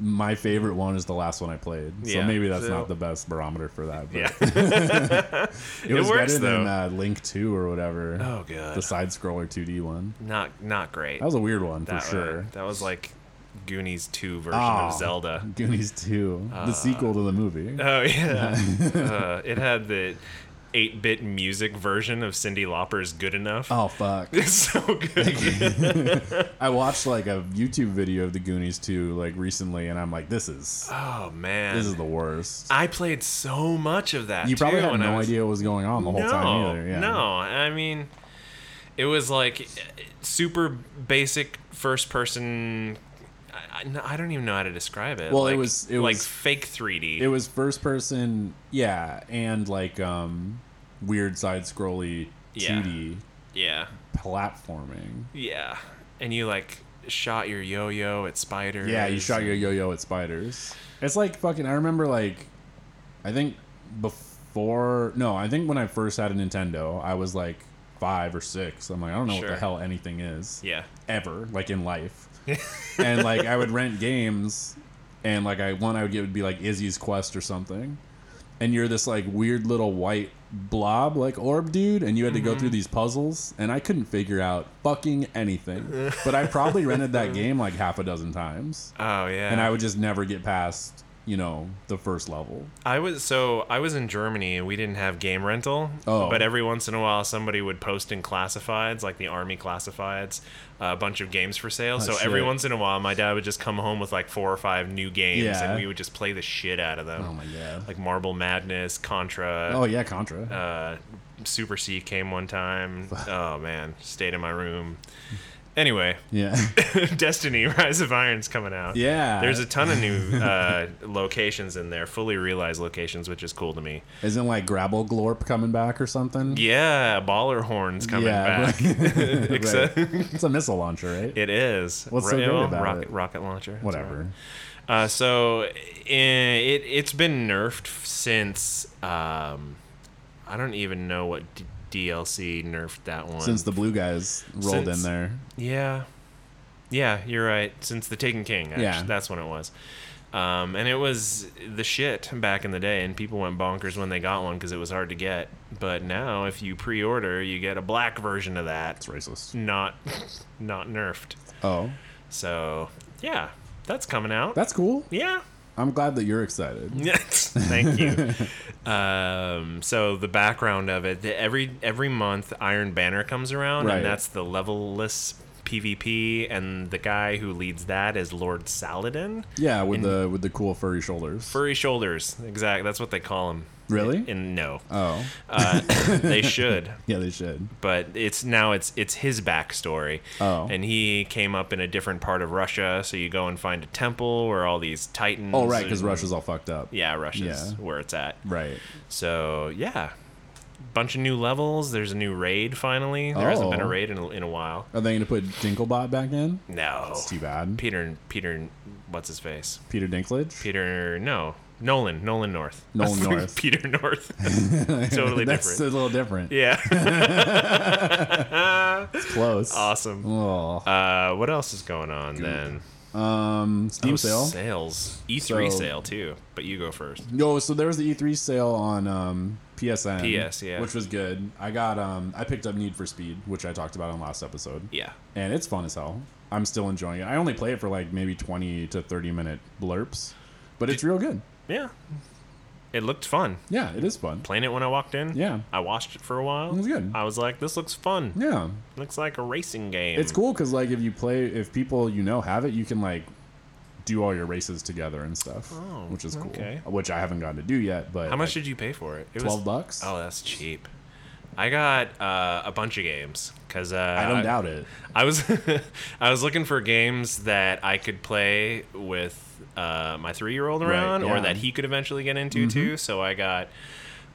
Speaker 2: My favorite one is the last one I played. So
Speaker 1: Yeah.
Speaker 2: maybe that's
Speaker 1: So-
Speaker 2: not the best barometer for that. But
Speaker 1: Yeah.
Speaker 2: it was
Speaker 1: works,
Speaker 2: better than
Speaker 1: though.
Speaker 2: uh, Link Two or whatever.
Speaker 1: oh, good.
Speaker 2: the side scroller 2D one.
Speaker 1: not not great.
Speaker 2: That was a weird one for
Speaker 1: That wa-
Speaker 2: sure.
Speaker 1: That was like Goonies two version of
Speaker 2: Oh.
Speaker 1: Zelda.
Speaker 2: Goonies 2,
Speaker 1: Uh,
Speaker 2: the sequel to the movie.
Speaker 1: Oh yeah. uh, it had the eight bit music version of Cindy Lauper's "Good Enough."
Speaker 2: Oh fuck.
Speaker 1: It's so good.
Speaker 2: I watched like a YouTube video of the Goonies 2 like recently and I'm like this is
Speaker 1: oh man.
Speaker 2: this is the worst.
Speaker 1: I played so much of that.
Speaker 2: You probably
Speaker 1: too,
Speaker 2: had
Speaker 1: when I
Speaker 2: no
Speaker 1: was
Speaker 2: idea what was going on the whole time either. Yeah.
Speaker 1: No, I mean, it was like super basic first person. I, I- I don't even know how to describe it.
Speaker 2: Well, it
Speaker 1: like,
Speaker 2: was- it
Speaker 1: like
Speaker 2: was-
Speaker 1: fake 3D.
Speaker 2: It was first person, yeah, and like um weird side scrolly 2D
Speaker 1: yeah,
Speaker 2: platforming.
Speaker 1: yeah, and you like shot your yo-yo at spiders.
Speaker 2: Yeah, you shot
Speaker 1: uh,
Speaker 2: your yo-yo at spiders. It's like fucking. I remember like, I think before no, I think when I first had a Nintendo, I was like five or six. I'm like, I don't know what
Speaker 1: Sure.
Speaker 2: the hell anything is.
Speaker 1: Yeah,
Speaker 2: Ever like in life, and like I would rent games, and like I one I would get would be like Izzy's Quest or something, and you're this like weird little white blob like orb dude and you had to
Speaker 1: Mm-hmm.
Speaker 2: go through these puzzles and i couldn't figure out fucking anything but i probably rented that game like half a dozen times
Speaker 1: oh yeah.
Speaker 2: and I would just never get past, you know, the first level.
Speaker 1: I was so I was in Germany and we didn't have game rental.
Speaker 2: Oh.
Speaker 1: But every once in a while, somebody would post in classifieds, like the army classifieds, a bunch of games for sale. so every
Speaker 2: Oh, shit.
Speaker 1: once in a while, my dad would just come home with like four or five new games,
Speaker 2: Yeah.
Speaker 1: and we would just play the shit out of them.
Speaker 2: Oh my god.
Speaker 1: Like Marble Madness, Contra,
Speaker 2: Oh yeah, Contra.
Speaker 1: uh, Super C came one time. oh man, stayed in my room. Anyway,
Speaker 2: yeah.
Speaker 1: Destiny: Rise of Iron's coming out.
Speaker 2: yeah.
Speaker 1: There's a ton of new uh, locations in there, fully realized locations, which is cool to me.
Speaker 2: isn't like Grabble Glorp coming back or something?
Speaker 1: Yeah, baller horns coming
Speaker 2: Yeah,
Speaker 1: back.
Speaker 2: right.
Speaker 1: Except-
Speaker 2: It's a missile launcher, right?
Speaker 1: It is.
Speaker 2: What's so
Speaker 1: Ra-
Speaker 2: great
Speaker 1: oh,
Speaker 2: about
Speaker 1: rocket,
Speaker 2: it?
Speaker 1: rocket launcher. That's
Speaker 2: Whatever.
Speaker 1: right. Uh, eh, so i- it, it it's been nerfed since um, I don't even know what D- DLC nerfed that one.
Speaker 2: since the blue guys rolled
Speaker 1: Since-
Speaker 2: in there.
Speaker 1: Yeah. Yeah, you're right. Since the Taken King, actually,
Speaker 2: Yeah.
Speaker 1: that's when it was. Um, and it was the shit back in the day, and people went bonkers when they got one because it was hard to get. But now, if you pre-order, you get a black version of that,
Speaker 2: It's racist.
Speaker 1: not not nerfed.
Speaker 2: Oh,
Speaker 1: So yeah, that's coming out.
Speaker 2: that's cool.
Speaker 1: yeah.
Speaker 2: I'm glad that you're excited.
Speaker 1: Yes, thank you. um, so the background of it, the- every every month Iron Banner comes around,
Speaker 2: Right.
Speaker 1: and that's the levelless PvP, and the guy who leads that is Lord Saladin.
Speaker 2: Yeah, with the with the cool furry shoulders.
Speaker 1: Furry shoulders, exact. That's what they call him.
Speaker 2: Really?
Speaker 1: And no,
Speaker 2: oh,
Speaker 1: uh, they should
Speaker 2: yeah, they should.
Speaker 1: but it's now it's it's his backstory.
Speaker 2: Oh.
Speaker 1: And he came up in a different part of Russia, so you go and find a temple where all these titans.
Speaker 2: Oh, right, because
Speaker 1: and-
Speaker 2: Russia's all fucked up.
Speaker 1: Yeah, Russia's
Speaker 2: Yeah.
Speaker 1: where it's at.
Speaker 2: Right.
Speaker 1: So yeah, bunch of new levels. There's a new raid finally. There hasn't been a
Speaker 2: Oh.
Speaker 1: raid in a, in a while.
Speaker 2: Are they going to put Dinklebot back in?
Speaker 1: No.
Speaker 2: It's too bad.
Speaker 1: Peter Peter, what's his face?
Speaker 2: Peter Dinklage.
Speaker 1: Peter no Nolan Nolan North.
Speaker 2: Nolan
Speaker 1: That's like
Speaker 2: North.
Speaker 1: Peter North. totally
Speaker 2: That's
Speaker 1: different.
Speaker 2: a little different.
Speaker 1: yeah.
Speaker 2: It's close.
Speaker 1: awesome.
Speaker 2: Oh.
Speaker 1: Uh, what else is going on then?
Speaker 2: Um, Steam
Speaker 1: Oh,
Speaker 2: sale.
Speaker 1: Sales. E3
Speaker 2: So-
Speaker 1: sale too, but you go first.
Speaker 2: No, so there was the E3 sale on um, PSN.
Speaker 1: PS, yeah.
Speaker 2: Which was good. I got um, I picked up Need for Speed, which I talked about on last episode.
Speaker 1: Yeah.
Speaker 2: And it's fun as hell. I'm still enjoying it. I only play it for like maybe 20 to 30 minute blurps, but it's real good.
Speaker 1: Yeah. It looked fun.
Speaker 2: Yeah, it is fun.
Speaker 1: Playing it when I walked in.
Speaker 2: Yeah.
Speaker 1: I watched it for a while. It
Speaker 2: was good.
Speaker 1: I was like, this looks fun.
Speaker 2: Yeah.
Speaker 1: Looks like a racing game.
Speaker 2: It's cool because like if you play, if people you know have it, you can like do all your races together and stuff,
Speaker 1: Oh,
Speaker 2: which is cool.
Speaker 1: okay.
Speaker 2: Which I haven't gotten to do yet. But
Speaker 1: How much
Speaker 2: like,
Speaker 1: did you pay for it? It
Speaker 2: 12 bucks?
Speaker 1: Oh, that's cheap. I got uh, a bunch of games because uh,
Speaker 2: I don't doubt it.
Speaker 1: I was I was looking for games that I could play with uh, my three year old around, or
Speaker 2: yeah. Mm-hmm.
Speaker 1: that he could eventually get into too. So I got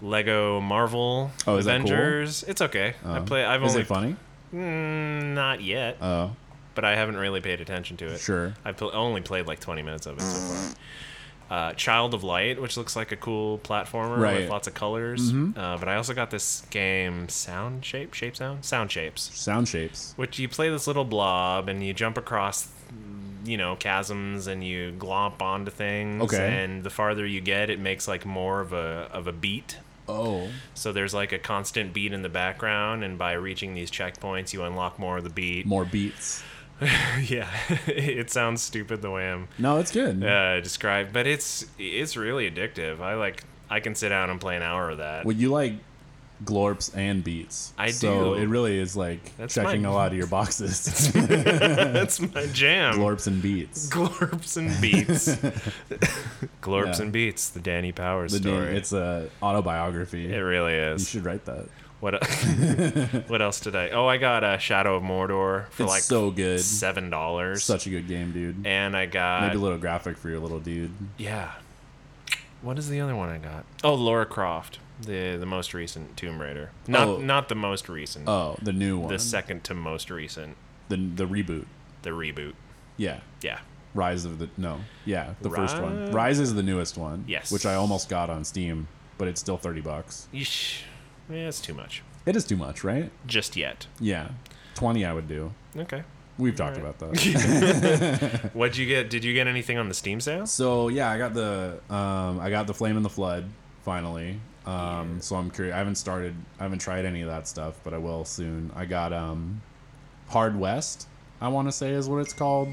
Speaker 1: Lego Marvel
Speaker 2: Oh, is that cool? Uh-huh.
Speaker 1: Avengers. It's okay. I play. I've
Speaker 2: is
Speaker 1: only
Speaker 2: it funny?
Speaker 1: Mm, not yet,
Speaker 2: Oh,
Speaker 1: but I haven't really paid attention to it.
Speaker 2: Sure.
Speaker 1: I pl- only played like 20 minutes of it so far. Uh, Child of Light, which looks like a cool platformer
Speaker 2: Right. Mm-hmm.
Speaker 1: with lots of colors. Uh, but I also got this game, Sound Shape, Shape Sound, Sound Shapes,
Speaker 2: sound shapes.
Speaker 1: which you play this little blob and you jump across, you know, chasms and you glomp onto things.
Speaker 2: Okay.
Speaker 1: And the farther you get, it makes like more of a of a beat.
Speaker 2: Oh,
Speaker 1: So there's like a constant beat in the background, and by reaching these checkpoints, you unlock more of the beat.
Speaker 2: more beats.
Speaker 1: yeah, it sounds stupid the way I'm
Speaker 2: No, it's good.
Speaker 1: uh, describe, but it's it's really addictive. I like I can sit down and play an hour of that.
Speaker 2: Well, you like glorps and beats.
Speaker 1: I
Speaker 2: so
Speaker 1: do.
Speaker 2: it really is like
Speaker 1: That's
Speaker 2: checking
Speaker 1: my-
Speaker 2: a lot of your boxes.
Speaker 1: That's my jam.
Speaker 2: glorps and beats.
Speaker 1: Glorps and beats. Glorps
Speaker 2: Yeah.
Speaker 1: and beats. The Danny Powers
Speaker 2: The name,
Speaker 1: story.
Speaker 2: it's a autobiography.
Speaker 1: it really
Speaker 2: you
Speaker 1: is.
Speaker 2: should write that.
Speaker 1: What what else did I? Oh, I got uh, Shadow of Mordor for
Speaker 2: It's
Speaker 1: like
Speaker 2: so good.
Speaker 1: seven dollars,
Speaker 2: Such a good game, dude.
Speaker 1: and I got
Speaker 2: Maybe a little graphic for your little dude.
Speaker 1: yeah. What is the other one I got? Oh, Laura Croft, the the most recent Tomb Raider. Not
Speaker 2: Oh.
Speaker 1: not the most recent.
Speaker 2: Oh, the new one.
Speaker 1: the second to most recent,
Speaker 2: the the reboot.
Speaker 1: the reboot.
Speaker 2: Yeah.
Speaker 1: Yeah.
Speaker 2: Rise of the no. Yeah, the first one.
Speaker 1: Rise-
Speaker 2: Rise is the newest one.
Speaker 1: Yes.
Speaker 2: Which I almost got on Steam, but it's still 30 bucks.
Speaker 1: Yeesh. Yeah, it's too much.
Speaker 2: It is too much, right?
Speaker 1: Just yet.
Speaker 2: Yeah. 20 I would do.
Speaker 1: Okay.
Speaker 2: We've talked about that. Uh,
Speaker 1: What'd you get? Did you get anything on the Steam sale?
Speaker 2: so, yeah, I got the um I got the Flame and the Flood finally. Um so I'm curious. I haven't started I haven't tried any of that stuff, but I will soon. I got um Hard West, I want to say is what it's called.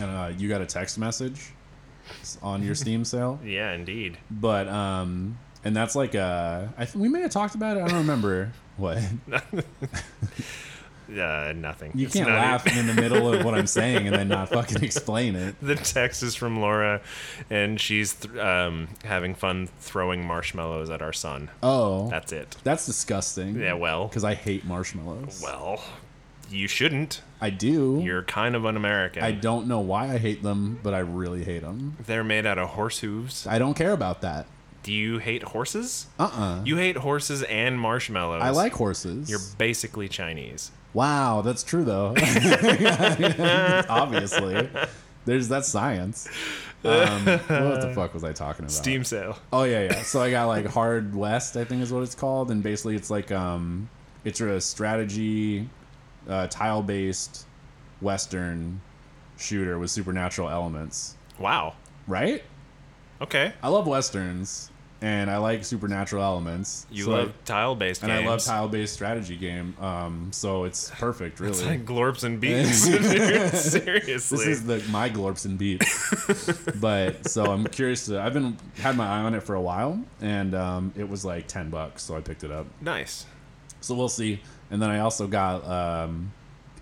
Speaker 2: And uh, you got a text message on your Steam sale.
Speaker 1: Yeah, indeed.
Speaker 2: but um and that's like uh i think we may have talked about it i don't remember what
Speaker 1: Uh, nothing.
Speaker 2: you
Speaker 1: It's
Speaker 2: can't
Speaker 1: not
Speaker 2: laugh
Speaker 1: even-
Speaker 2: in the middle of what i'm saying and then not fucking explain it
Speaker 1: the text is from Laura, and she's th- um, having fun throwing marshmallows at our son.
Speaker 2: oh that's,
Speaker 1: That's it.
Speaker 2: disgusting
Speaker 1: Yeah, well.
Speaker 2: because i hate marshmallows
Speaker 1: Well, you shouldn't.
Speaker 2: i do
Speaker 1: You're kind of un-American.
Speaker 2: i don't know why i hate them but i really hate them
Speaker 1: They're made out of horse hooves.
Speaker 2: i don't care about that
Speaker 1: Do you hate horses?
Speaker 2: uh-uh
Speaker 1: You hate horses and marshmallows.
Speaker 2: i like horses
Speaker 1: You're basically Chinese.
Speaker 2: wow that's true though obviously there's that's science Um, what the fuck was I talking about?
Speaker 1: Steam sale.
Speaker 2: Oh yeah, yeah. So I got like Hard West, I think is what it's called, and basically it's like um, it's a strategy, uh, tile-based Western shooter with supernatural elements.
Speaker 1: Wow.
Speaker 2: Right?
Speaker 1: Okay.
Speaker 2: I love westerns, and I like supernatural elements.
Speaker 1: You
Speaker 2: So-
Speaker 1: love tile based
Speaker 2: and
Speaker 1: games.
Speaker 2: I love tile-based strategy game. Um, so it's perfect, really.
Speaker 1: It's like glorps and beats. dude, seriously.
Speaker 2: This is the my glorps and beats. but so I'm curious to. I've been had my eye on it for a while, and um, it was like ten bucks, so I picked it up.
Speaker 1: nice.
Speaker 2: So we'll see. And then I also got um,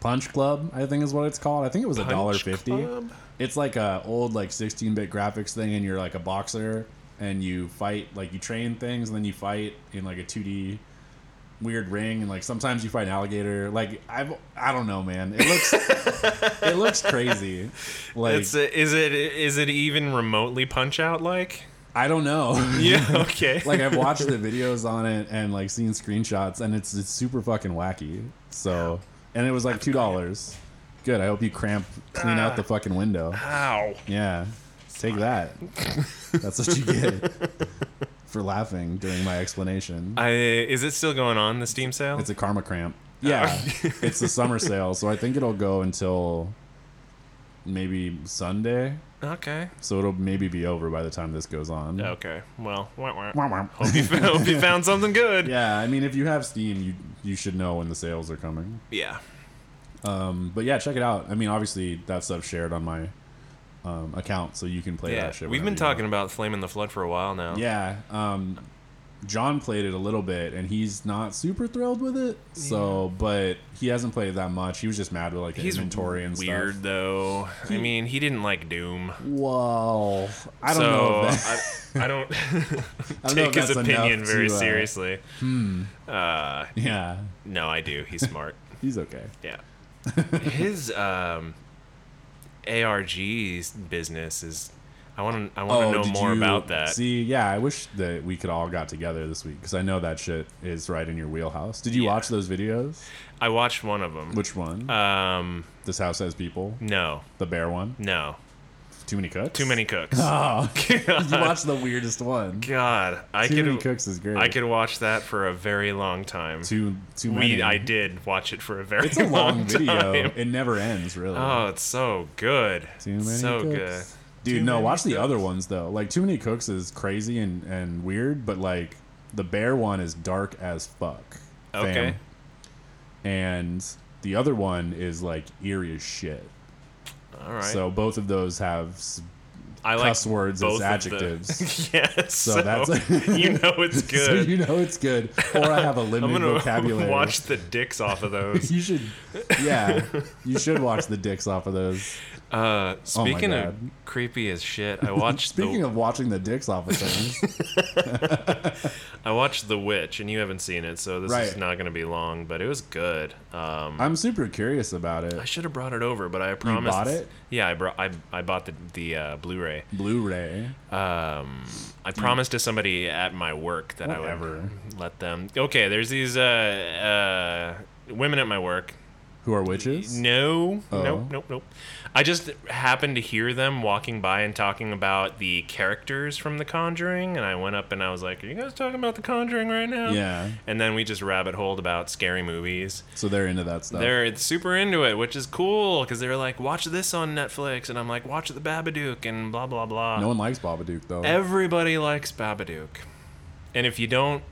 Speaker 2: Punch Club. I think is what it's called. I think it was a
Speaker 1: Punch
Speaker 2: dollar fifty.
Speaker 1: Club?
Speaker 2: It's like a old like sixteen bit graphics thing, and you're like a boxer, and you fight like you train things, and then you fight in like a two D weird ring and like sometimes you fight an alligator like i've i don't know man it looks it looks crazy like
Speaker 1: It's a, is it is it even remotely punch out like?
Speaker 2: I don't know.
Speaker 1: Yeah. Okay.
Speaker 2: like I've watched the videos on it and like seen screenshots and it's it's super fucking wacky. So and it was like two dollars. Good. I hope you cramp clean out
Speaker 1: Ah.
Speaker 2: the fucking window.
Speaker 1: Ow.
Speaker 2: Yeah. Take that. That's what you get for laughing during my explanation.
Speaker 1: I, is it still going on the Steam sale?
Speaker 2: It's a karma cramp. Yeah. it's the summer sale, so I think it'll go until maybe Sunday.
Speaker 1: okay.
Speaker 2: So it'll maybe be over by the time this goes on.
Speaker 1: Okay. Well, wah, wah.
Speaker 2: Wah, wah.
Speaker 1: hope, you found, hope you found something good.
Speaker 2: Yeah, I mean, if you have Steam, you you should know when the sales are coming.
Speaker 1: Yeah.
Speaker 2: Um, but yeah, check it out. I mean, obviously that stuff's shared on my um, account, so you can play
Speaker 1: Yeah.
Speaker 2: that shit.
Speaker 1: We've been
Speaker 2: whenever
Speaker 1: talking
Speaker 2: you
Speaker 1: about Flame in the Flood for a while now.
Speaker 2: want. Yeah, um, John played it a little bit, and he's not super thrilled with it. So, but he hasn't played it that much. He was just mad with like the
Speaker 1: He's
Speaker 2: inventory and
Speaker 1: weird
Speaker 2: stuff.
Speaker 1: though. I mean, he didn't like Doom.
Speaker 2: Whoa, I don't
Speaker 1: so
Speaker 2: know. If that,
Speaker 1: I, I don't
Speaker 2: I don't know if
Speaker 1: take his
Speaker 2: that's
Speaker 1: opinion
Speaker 2: enough
Speaker 1: very
Speaker 2: to, uh, hmm.
Speaker 1: seriously. Uh,
Speaker 2: Yeah,
Speaker 1: no, I do. He's smart.
Speaker 2: he's okay.
Speaker 1: Yeah. His um, ARGs business is. I want to. I want to know
Speaker 2: Oh, did
Speaker 1: more
Speaker 2: you-
Speaker 1: about that.
Speaker 2: See, yeah, I wish that we could all got together this week because I know that shit is right in your wheelhouse. Did you
Speaker 1: Yeah.
Speaker 2: watch those videos?
Speaker 1: I watched one of them.
Speaker 2: Which one?
Speaker 1: Um,
Speaker 2: this house has people.
Speaker 1: no,
Speaker 2: The bear one.
Speaker 1: no,
Speaker 2: Too many cooks.
Speaker 1: too many cooks.
Speaker 2: Oh, you
Speaker 1: God,
Speaker 2: watched the weirdest one.
Speaker 1: God, I
Speaker 2: too many
Speaker 1: could.
Speaker 2: cooks is great.
Speaker 1: I could watch that for a very long time.
Speaker 2: Too too many.
Speaker 1: We, I did watch it for a very
Speaker 2: It's a long, video.
Speaker 1: time.
Speaker 2: It never ends, really.
Speaker 1: Oh, it's so good.
Speaker 2: too many
Speaker 1: so
Speaker 2: cooks.
Speaker 1: good.
Speaker 2: Dude,
Speaker 1: Too
Speaker 2: no,
Speaker 1: many
Speaker 2: watch the
Speaker 1: cooks.
Speaker 2: other ones though. Like too many cooks is crazy and and weird, but like the bear one is dark as fuck. fam.
Speaker 1: Okay.
Speaker 2: And the other one is like eerie as shit.
Speaker 1: All right.
Speaker 2: So both of those have s-
Speaker 1: I
Speaker 2: cuss words as
Speaker 1: both of the-
Speaker 2: adjectives.
Speaker 1: yes. So,
Speaker 2: that's-
Speaker 1: you know it's good.
Speaker 2: So you know it's good. Or I have a
Speaker 1: I'm
Speaker 2: limited
Speaker 1: gonna
Speaker 2: vocabulary.
Speaker 1: watch the dicks off of those.
Speaker 2: You should, yeah, you should watch the dicks off of those.
Speaker 1: Uh, speaking of
Speaker 2: Oh God.
Speaker 1: creepy as shit, I watched
Speaker 2: Speaking
Speaker 1: the
Speaker 2: of watching the dicks off of things,
Speaker 1: I watched The Witch, and you haven't seen it, so this is
Speaker 2: Right.
Speaker 1: not gonna be long. But it was good. Um,
Speaker 2: I'm super curious about it.
Speaker 1: I should have brought it over, but I promised.
Speaker 2: bought it?
Speaker 1: Yeah, I brought. I, I bought the the uh, Blu-ray.
Speaker 2: Blu-ray.
Speaker 1: Um, I promised to somebody at my work that I
Speaker 2: Mm. Whatever.
Speaker 1: would let them. Okay, there's these uh, uh, women at my work.
Speaker 2: Who are witches?
Speaker 1: No,
Speaker 2: Oh.
Speaker 1: nope, nope, nope. I just happened to hear them walking by and talking about the characters from The Conjuring, and I went up and I was like, "Are you guys talking about The Conjuring right now?"
Speaker 2: Yeah.
Speaker 1: And then we just rabbit holed about scary movies.
Speaker 2: So they're into that stuff.
Speaker 1: They're super into it, which is cool because they're like, "Watch this on Netflix," and I'm like, "Watch The Babadook," and blah blah blah.
Speaker 2: no one likes Babadook though.
Speaker 1: Everybody likes Babadook. And if you don't,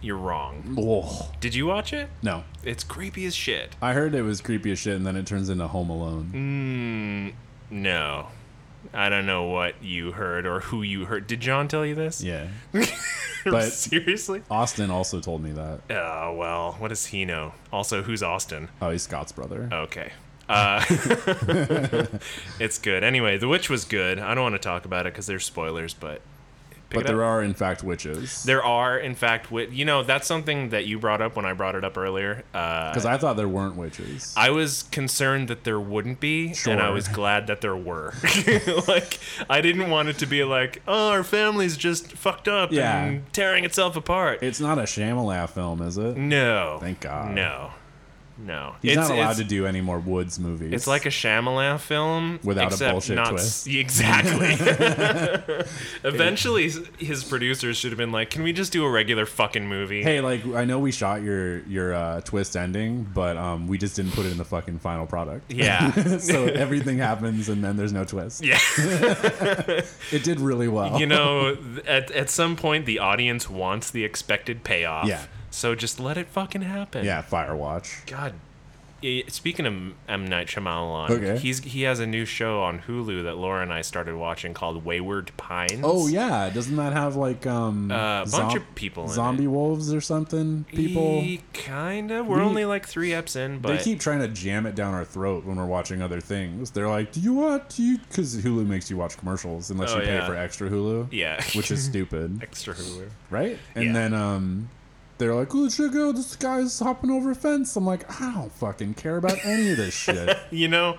Speaker 1: you're wrong.
Speaker 2: Oh,
Speaker 1: Did you watch it?
Speaker 2: no,
Speaker 1: It's creepy as shit.
Speaker 2: I heard it was creepy as shit, and then it turns into Home Alone.
Speaker 1: No. I don't know what you heard or who you heard. Did John tell you this?
Speaker 2: Yeah, but
Speaker 1: Seriously?
Speaker 2: Austin also told me that.
Speaker 1: Oh, well, what does he know? Also, who's Austin?
Speaker 2: Oh, he's Scott's brother.
Speaker 1: Okay. Uh, it's good. Anyway, The Witch was good. I don't want to talk about it because there's spoilers, but. Pick it
Speaker 2: but
Speaker 1: up.
Speaker 2: there are in fact witches.
Speaker 1: There are, in fact, wit- you know, that's something that you brought up when I brought it up earlier. Uh,
Speaker 2: Because I thought there weren't witches.
Speaker 1: I was concerned that there wouldn't be, and I
Speaker 2: Sure.
Speaker 1: was glad that there were. like, I didn't want it to be like, oh, our family's just fucked up
Speaker 2: Yeah.
Speaker 1: and tearing itself apart.
Speaker 2: it's not a Shyamalan film, is it?
Speaker 1: no.
Speaker 2: Thank God.
Speaker 1: No. No,
Speaker 2: He's
Speaker 1: it's,
Speaker 2: not allowed
Speaker 1: it's,
Speaker 2: to do any more Woods movies.
Speaker 1: It's like a Shyamalan film
Speaker 2: Without a
Speaker 1: except
Speaker 2: bullshit
Speaker 1: not,
Speaker 2: twist.
Speaker 1: Exactly. Eventually, his producers should have been like, "Can we just do a regular fucking movie?"
Speaker 2: hey, like I know we shot your your uh, twist ending, but um, we just didn't put it in the fucking final product.
Speaker 1: Yeah.
Speaker 2: so everything happens and then there's no twist.
Speaker 1: Yeah.
Speaker 2: It did really well.
Speaker 1: you know, th- at at some point, the audience wants the expected payoff.
Speaker 2: Yeah.
Speaker 1: So just let it fucking happen.
Speaker 2: yeah, Firewatch.
Speaker 1: God. eh, Speaking of M Night Shyamalan,
Speaker 2: Okay.
Speaker 1: he's he has a new show on Hulu that Laura and I started watching called Wayward Pines.
Speaker 2: Oh yeah, doesn't that have like um
Speaker 1: Uh, a bunch of people in it.
Speaker 2: zombie wolves or something? People
Speaker 1: Eh, kinda. We're
Speaker 2: We-
Speaker 1: only like three eps in, but
Speaker 2: they keep trying to jam it down our throat when we're watching other things. They're like, "Do you want do you?" Because Hulu makes you watch commercials unless
Speaker 1: Oh,
Speaker 2: you pay
Speaker 1: yeah.
Speaker 2: for extra Hulu.
Speaker 1: Yeah.
Speaker 2: which is stupid,
Speaker 1: extra Hulu.
Speaker 2: right? And
Speaker 1: Yeah.
Speaker 2: then um, they're like, "Oh, check out this guy's hopping over a fence." I'm like, I don't fucking care about any of this shit.
Speaker 1: You know,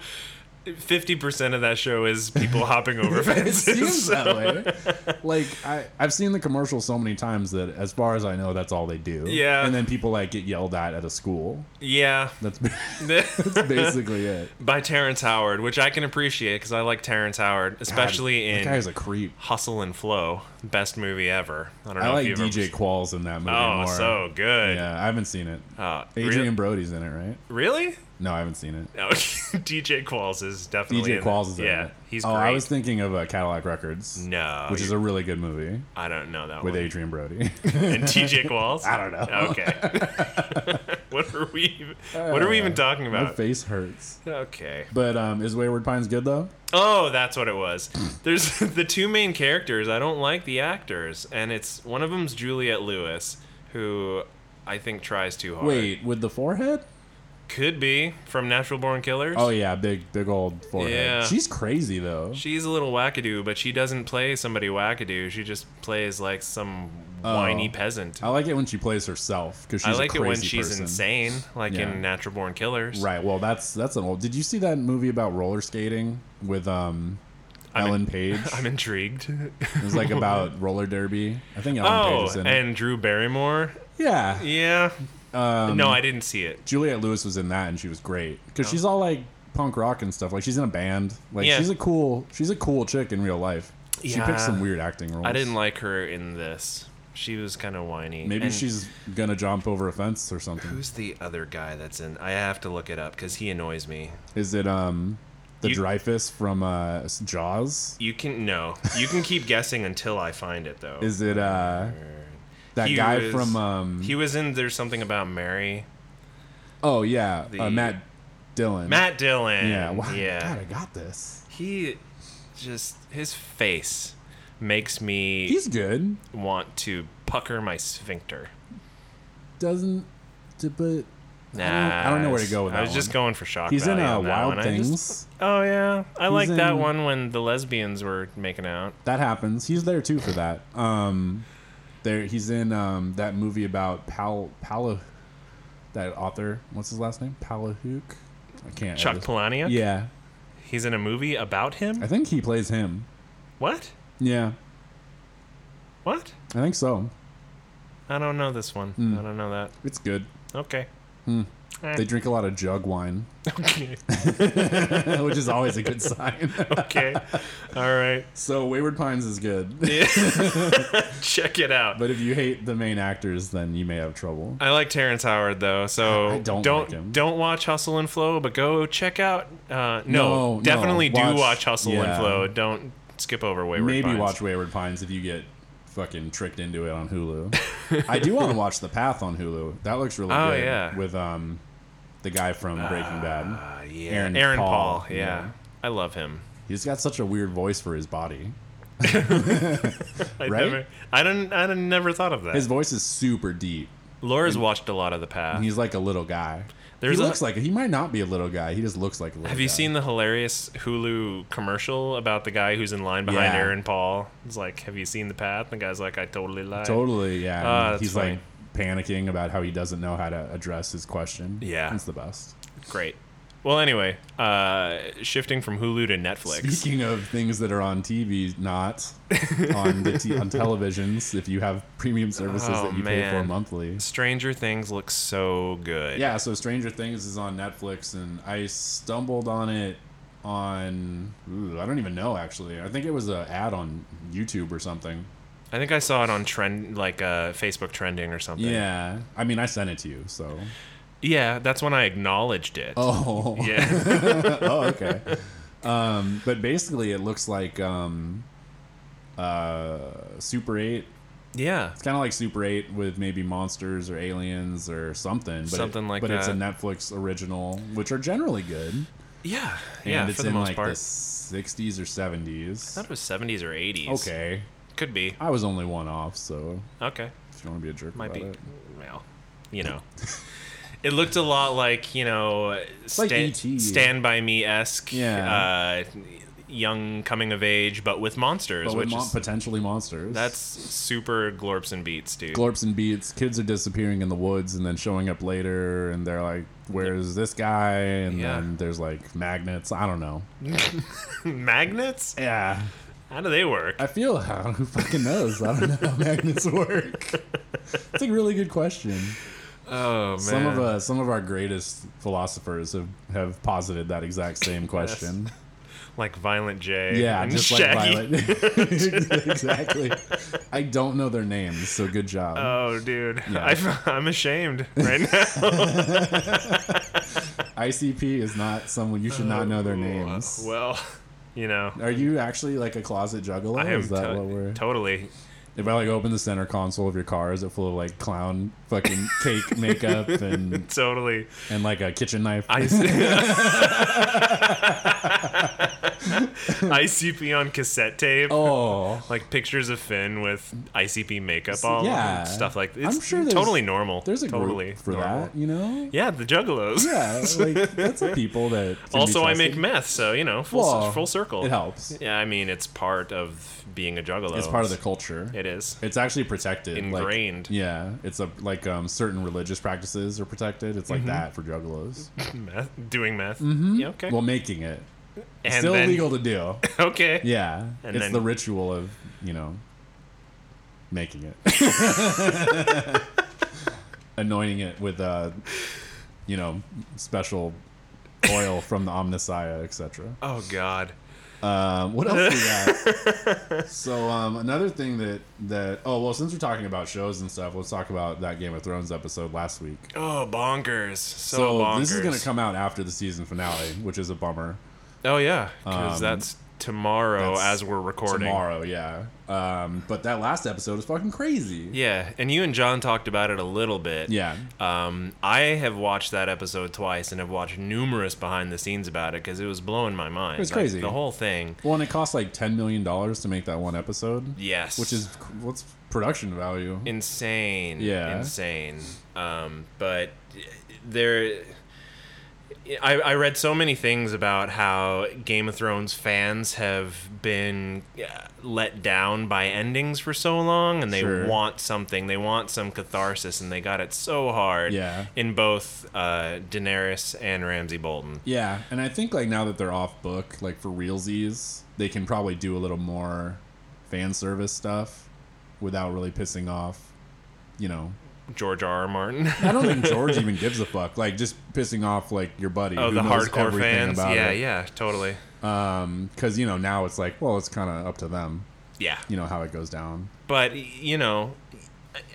Speaker 1: fifty percent of that show is people hopping over
Speaker 2: it
Speaker 1: fences.
Speaker 2: seems
Speaker 1: so-
Speaker 2: that way. Like I, I've seen the commercial so many times that, as far as I know, that's all they do.
Speaker 1: Yeah.
Speaker 2: And then people like get yelled at at a school.
Speaker 1: Yeah.
Speaker 2: That's that's basically it.
Speaker 1: By Terrence Howard, which I can appreciate because I like Terrence Howard, especially
Speaker 2: God,
Speaker 1: in
Speaker 2: that guy's a creep.
Speaker 1: Hustle and Flow, best movie ever. I don't know
Speaker 2: I like
Speaker 1: if you've
Speaker 2: DJ
Speaker 1: ever.
Speaker 2: Qualls in that movie
Speaker 1: Oh,
Speaker 2: more.
Speaker 1: so good.
Speaker 2: yeah, I haven't seen it.
Speaker 1: Uh,
Speaker 2: Adrian
Speaker 1: rea-
Speaker 2: Brody's in it, right?
Speaker 1: really?
Speaker 2: No, I haven't seen it.
Speaker 1: No, DJ Qualls is definitely
Speaker 2: DJ
Speaker 1: in
Speaker 2: Qualls
Speaker 1: it.
Speaker 2: is in
Speaker 1: yeah,
Speaker 2: it.
Speaker 1: he's
Speaker 2: oh,
Speaker 1: great.
Speaker 2: I was thinking of uh, Cadillac Records,
Speaker 1: no,
Speaker 2: which is a really good movie
Speaker 1: I don't know that
Speaker 2: with
Speaker 1: one.
Speaker 2: Adrian Brody.
Speaker 1: and TJ Qualls.
Speaker 2: I don't know.
Speaker 1: Okay. what are we? even- What are we even talking
Speaker 2: Uh, My
Speaker 1: about?
Speaker 2: face hurts.
Speaker 1: Okay.
Speaker 2: But um, is Wayward Pines good though?
Speaker 1: Oh, that's what it was. There's the two main characters. I don't like the actors, and it's one of them's Juliet Lewis, who I think tries too hard.
Speaker 2: Wait, with the forehead?
Speaker 1: could be from Natural Born Killers.
Speaker 2: Oh yeah, big big old forehead.
Speaker 1: Yeah.
Speaker 2: She's crazy though.
Speaker 1: She's a little wackadoo, but she doesn't play somebody wackadoo. She just plays like some
Speaker 2: Oh.
Speaker 1: whiny peasant.
Speaker 2: I like it when she plays herself because
Speaker 1: I
Speaker 2: she's a
Speaker 1: like it
Speaker 2: crazy
Speaker 1: when she's
Speaker 2: person.
Speaker 1: insane, like
Speaker 2: Yeah.
Speaker 1: in Natural Born Killers.
Speaker 2: Right. Well, that's that's an old. Did you see that movie about roller skating with um
Speaker 1: I'm
Speaker 2: Ellen
Speaker 1: in-
Speaker 2: Page?
Speaker 1: I'm intrigued.
Speaker 2: it was like about roller derby. I think Ellen Page
Speaker 1: Oh,
Speaker 2: is in it.
Speaker 1: and Drew Barrymore.
Speaker 2: Yeah.
Speaker 1: Yeah.
Speaker 2: Um,
Speaker 1: no, I didn't see it.
Speaker 2: Juliette Lewis was in that, and she was great because she's all like punk rock and stuff. Like she's in a band. Like
Speaker 1: Oh. Yeah.
Speaker 2: she's a cool she's a cool chick in real life. She
Speaker 1: Yeah.
Speaker 2: picks some weird acting roles.
Speaker 1: I didn't like her in this. She was kind of whiny.
Speaker 2: Maybe
Speaker 1: And
Speaker 2: she's gonna jump over a fence or something.
Speaker 1: Who's the other guy that's in? I have to look it up because he annoys me.
Speaker 2: Is it um the
Speaker 1: You-
Speaker 2: Dreyfus from uh s- Jaws?
Speaker 1: You can no. You can keep guessing until I find it though.
Speaker 2: Is it uh that
Speaker 1: He
Speaker 2: guy
Speaker 1: was-
Speaker 2: from um
Speaker 1: He was in. There's something about Mary.
Speaker 2: oh yeah
Speaker 1: the-
Speaker 2: uh, Matt Dillon
Speaker 1: Matt Dillon.
Speaker 2: yeah wow,
Speaker 1: Yeah.
Speaker 2: God I got this
Speaker 1: He just his face makes me
Speaker 2: he's good
Speaker 1: want to pucker my sphincter.
Speaker 2: doesn't d- but
Speaker 1: Nah,
Speaker 2: I don't know where to go with
Speaker 1: I
Speaker 2: that
Speaker 1: was just
Speaker 2: one.
Speaker 1: going for shock.
Speaker 2: he's in
Speaker 1: value
Speaker 2: uh,
Speaker 1: on that
Speaker 2: Wild
Speaker 1: one. I
Speaker 2: Things
Speaker 1: just- oh yeah, I
Speaker 2: He's
Speaker 1: like that
Speaker 2: in-
Speaker 1: one when the lesbians were making out.
Speaker 2: that happens he's there too for that um there he's in um that movie about Pal Palo that author what's his last name Palahuk I can't
Speaker 1: Chuck Palahniuk.
Speaker 2: yeah
Speaker 1: He's in a movie about him?
Speaker 2: I think he plays him
Speaker 1: What?
Speaker 2: yeah
Speaker 1: What?
Speaker 2: I think so
Speaker 1: I don't know this one. I don't know that.
Speaker 2: it's good
Speaker 1: Okay.
Speaker 2: Hmm.
Speaker 1: Eh,
Speaker 2: they drink a lot of jug wine
Speaker 1: Okay.
Speaker 2: which is always a good sign.
Speaker 1: okay. All right.
Speaker 2: so Wayward Pines is good,
Speaker 1: Check it out.
Speaker 2: but if you hate the main actors, then you may have trouble.
Speaker 1: I like Terrence Howard though, so
Speaker 2: I don't
Speaker 1: don't
Speaker 2: like him.
Speaker 1: don't watch Hustle and Flow, but go check out. Uh, no,
Speaker 2: No, no.
Speaker 1: definitely
Speaker 2: Watch-
Speaker 1: do watch Hustle and
Speaker 2: yeah.
Speaker 1: Flow. Don't skip over Wayward.
Speaker 2: Maybe
Speaker 1: Pines.
Speaker 2: watch Wayward Pines if you get fucking tricked into it on Hulu. I do want to watch The Path on Hulu. That looks really
Speaker 1: Oh,
Speaker 2: good.
Speaker 1: yeah.
Speaker 2: with um the guy from Breaking Bad.
Speaker 1: Uh, yeah,
Speaker 2: Aaron
Speaker 1: Aaron,
Speaker 2: Paul,
Speaker 1: Paul.
Speaker 2: yeah.
Speaker 1: yeah. I love him.
Speaker 2: He's got such a weird voice for his body.
Speaker 1: I
Speaker 2: Right?
Speaker 1: never, I don't. I didn't- never thought of that.
Speaker 2: His voice is super deep.
Speaker 1: Laura's watched a lot of the past.
Speaker 2: He's like a little guy.
Speaker 1: There's
Speaker 2: he
Speaker 1: a-
Speaker 2: looks like he might not be a little guy. He just looks like a little.
Speaker 1: Have you
Speaker 2: guy.
Speaker 1: seen the hilarious Hulu commercial about the guy who's in line behind
Speaker 2: Yeah.
Speaker 1: Aaron Paul? It's like, have you seen the path? And the guy's like, I totally lied.
Speaker 2: Totally, yeah.
Speaker 1: Ah,
Speaker 2: And
Speaker 1: that's
Speaker 2: he's like panicking about how he doesn't know how to address his question.
Speaker 1: Yeah.
Speaker 2: it's the best.
Speaker 1: Great. Well, anyway, uh, shifting from Hulu to Netflix.
Speaker 2: Speaking of things that are on TV, not on the t- on televisions, if you have premium services
Speaker 1: Oh,
Speaker 2: that you pay for
Speaker 1: man.
Speaker 2: monthly.
Speaker 1: Stranger Things looks so good.
Speaker 2: Yeah, so Stranger Things is on Netflix, and I stumbled on it on ooh, I don't even know actually. I think it was an ad on YouTube or something.
Speaker 1: I think I saw it on trend, like uh, Facebook trending or something.
Speaker 2: Yeah, I mean I sent it to you, so
Speaker 1: Yeah, that's when I acknowledged it.
Speaker 2: oh
Speaker 1: Yeah.
Speaker 2: oh, okay. Um, but basically, it looks like um, uh, Super Eight.
Speaker 1: yeah.
Speaker 2: It's kind of like Super Eight with maybe monsters or aliens or something. But it-
Speaker 1: Something like
Speaker 2: but it's a
Speaker 1: that.
Speaker 2: Netflix original, which are generally good. And
Speaker 1: Yeah. Yeah,
Speaker 2: it's
Speaker 1: for the
Speaker 2: in
Speaker 1: most
Speaker 2: like
Speaker 1: part.
Speaker 2: the '60s or '70s.
Speaker 1: I thought it was 70s or 80s.
Speaker 2: Okay,
Speaker 1: Could be.
Speaker 2: I was only one off, so
Speaker 1: Okay.
Speaker 2: if you want to be a jerk
Speaker 1: Might
Speaker 2: about
Speaker 1: be.
Speaker 2: it,
Speaker 1: Well, you know. It looked a lot like, you know,
Speaker 2: like
Speaker 1: Stan-
Speaker 2: E.T..
Speaker 1: Stand By Me esque.
Speaker 2: Yeah.
Speaker 1: Uh, young coming of age, but with monsters,
Speaker 2: but with
Speaker 1: which
Speaker 2: mon-
Speaker 1: is.
Speaker 2: potentially monsters.
Speaker 1: that's super glorps and beats, dude.
Speaker 2: glorps and beats kids are disappearing in the woods and then showing up later and they're like where's this guy and
Speaker 1: Yeah.
Speaker 2: then there's like magnets i don't know
Speaker 1: Magnets?
Speaker 2: yeah
Speaker 1: How do they work?
Speaker 2: i feel I don't, who fucking knows i don't know how magnets work it's a really good question
Speaker 1: oh man.
Speaker 2: some of uh, some of our greatest philosophers have have posited that exact same question
Speaker 1: like Violent J.
Speaker 2: yeah
Speaker 1: and
Speaker 2: just like
Speaker 1: Shaggy.
Speaker 2: violet exactly i don't know their names so good job
Speaker 1: Oh, dude,
Speaker 2: Yeah.
Speaker 1: I, am ashamed right now.
Speaker 2: icp is not someone you should not know their names
Speaker 1: Oh, well, you know,
Speaker 2: Are you actually like a closet juggalo?
Speaker 1: I am
Speaker 2: is that
Speaker 1: to-
Speaker 2: what we're?
Speaker 1: totally.
Speaker 2: if I like open the center console of your car, is it full of like clown fucking cake makeup and
Speaker 1: Totally.
Speaker 2: and like a kitchen knife?
Speaker 1: I ICP on cassette tape.
Speaker 2: oh,
Speaker 1: Like pictures of Finn with ICP makeup all
Speaker 2: yeah.
Speaker 1: and Um, stuff like
Speaker 2: I'm
Speaker 1: this. It's
Speaker 2: sure there's-
Speaker 1: totally normal.
Speaker 2: there's a
Speaker 1: totally
Speaker 2: group for
Speaker 1: normal.
Speaker 2: that, you know?
Speaker 1: Yeah, the Juggalos.
Speaker 2: Yeah, like that's the people that. can be
Speaker 1: also, I make
Speaker 2: trusted.
Speaker 1: meth, so you know, full,
Speaker 2: Well,
Speaker 1: full circle.
Speaker 2: It helps.
Speaker 1: Yeah, I mean, it's part of being a juggalo.
Speaker 2: It's part of the culture.
Speaker 1: It is.
Speaker 2: It's actually protected, like-
Speaker 1: Ingrained.
Speaker 2: yeah, it's a like um certain religious practices are protected. It's like
Speaker 1: Mm-hmm.
Speaker 2: that for juggalos.
Speaker 1: Meth, doing meth. Yeah, okay.
Speaker 2: Mm-hmm. Well, making it
Speaker 1: and
Speaker 2: still
Speaker 1: then,
Speaker 2: illegal to do.
Speaker 1: Okay.
Speaker 2: Yeah,
Speaker 1: And
Speaker 2: it's
Speaker 1: then-
Speaker 2: the ritual of you know making it, anointing it with uh, you know special oil from the Omniscia, etc.
Speaker 1: Oh God.
Speaker 2: Um, what else we got? so um, another thing that that oh well, since we're talking about shows and stuff, let's talk about that Game of Thrones episode last week.
Speaker 1: Oh bonkers. So,
Speaker 2: So
Speaker 1: bonkers.
Speaker 2: this is gonna come out after the season finale, which is a bummer.
Speaker 1: Oh yeah, because
Speaker 2: Um,
Speaker 1: that's tomorrow
Speaker 2: that's
Speaker 1: as we're recording.
Speaker 2: Tomorrow, yeah. Um, but that last episode is fucking crazy.
Speaker 1: Yeah, and you and John talked about it a little bit.
Speaker 2: Yeah.
Speaker 1: Um, I have watched that episode twice and have watched numerous behind the scenes about it because it was blowing my mind. It
Speaker 2: was crazy.
Speaker 1: The whole thing.
Speaker 2: Well, and it cost like ten million dollars to make that one episode.
Speaker 1: Yes.
Speaker 2: which is what's production value?
Speaker 1: insane
Speaker 2: Yeah.
Speaker 1: insane um but there I, I read so many things about how Game of Thrones fans have been uh, let down by endings for so long, and they
Speaker 2: Sure.
Speaker 1: want something. They want some catharsis, and they got it so hard
Speaker 2: Yeah.
Speaker 1: in both uh, Daenerys and Ramsay Bolton.
Speaker 2: yeah, and I think like now that they're off book, like for realsies, they can probably do a little more fan service stuff without really pissing off. You know,
Speaker 1: George R. R. Martin.
Speaker 2: I don't think George even gives a fuck. Like just pissing off like your buddy.
Speaker 1: oh,
Speaker 2: who
Speaker 1: the
Speaker 2: knows
Speaker 1: hardcore
Speaker 2: everything
Speaker 1: fans.
Speaker 2: About
Speaker 1: Yeah,
Speaker 2: it.
Speaker 1: yeah, totally.
Speaker 2: Because you know now it's like, well, it's kind of up to them.
Speaker 1: Yeah.
Speaker 2: You know how it goes down.
Speaker 1: but you know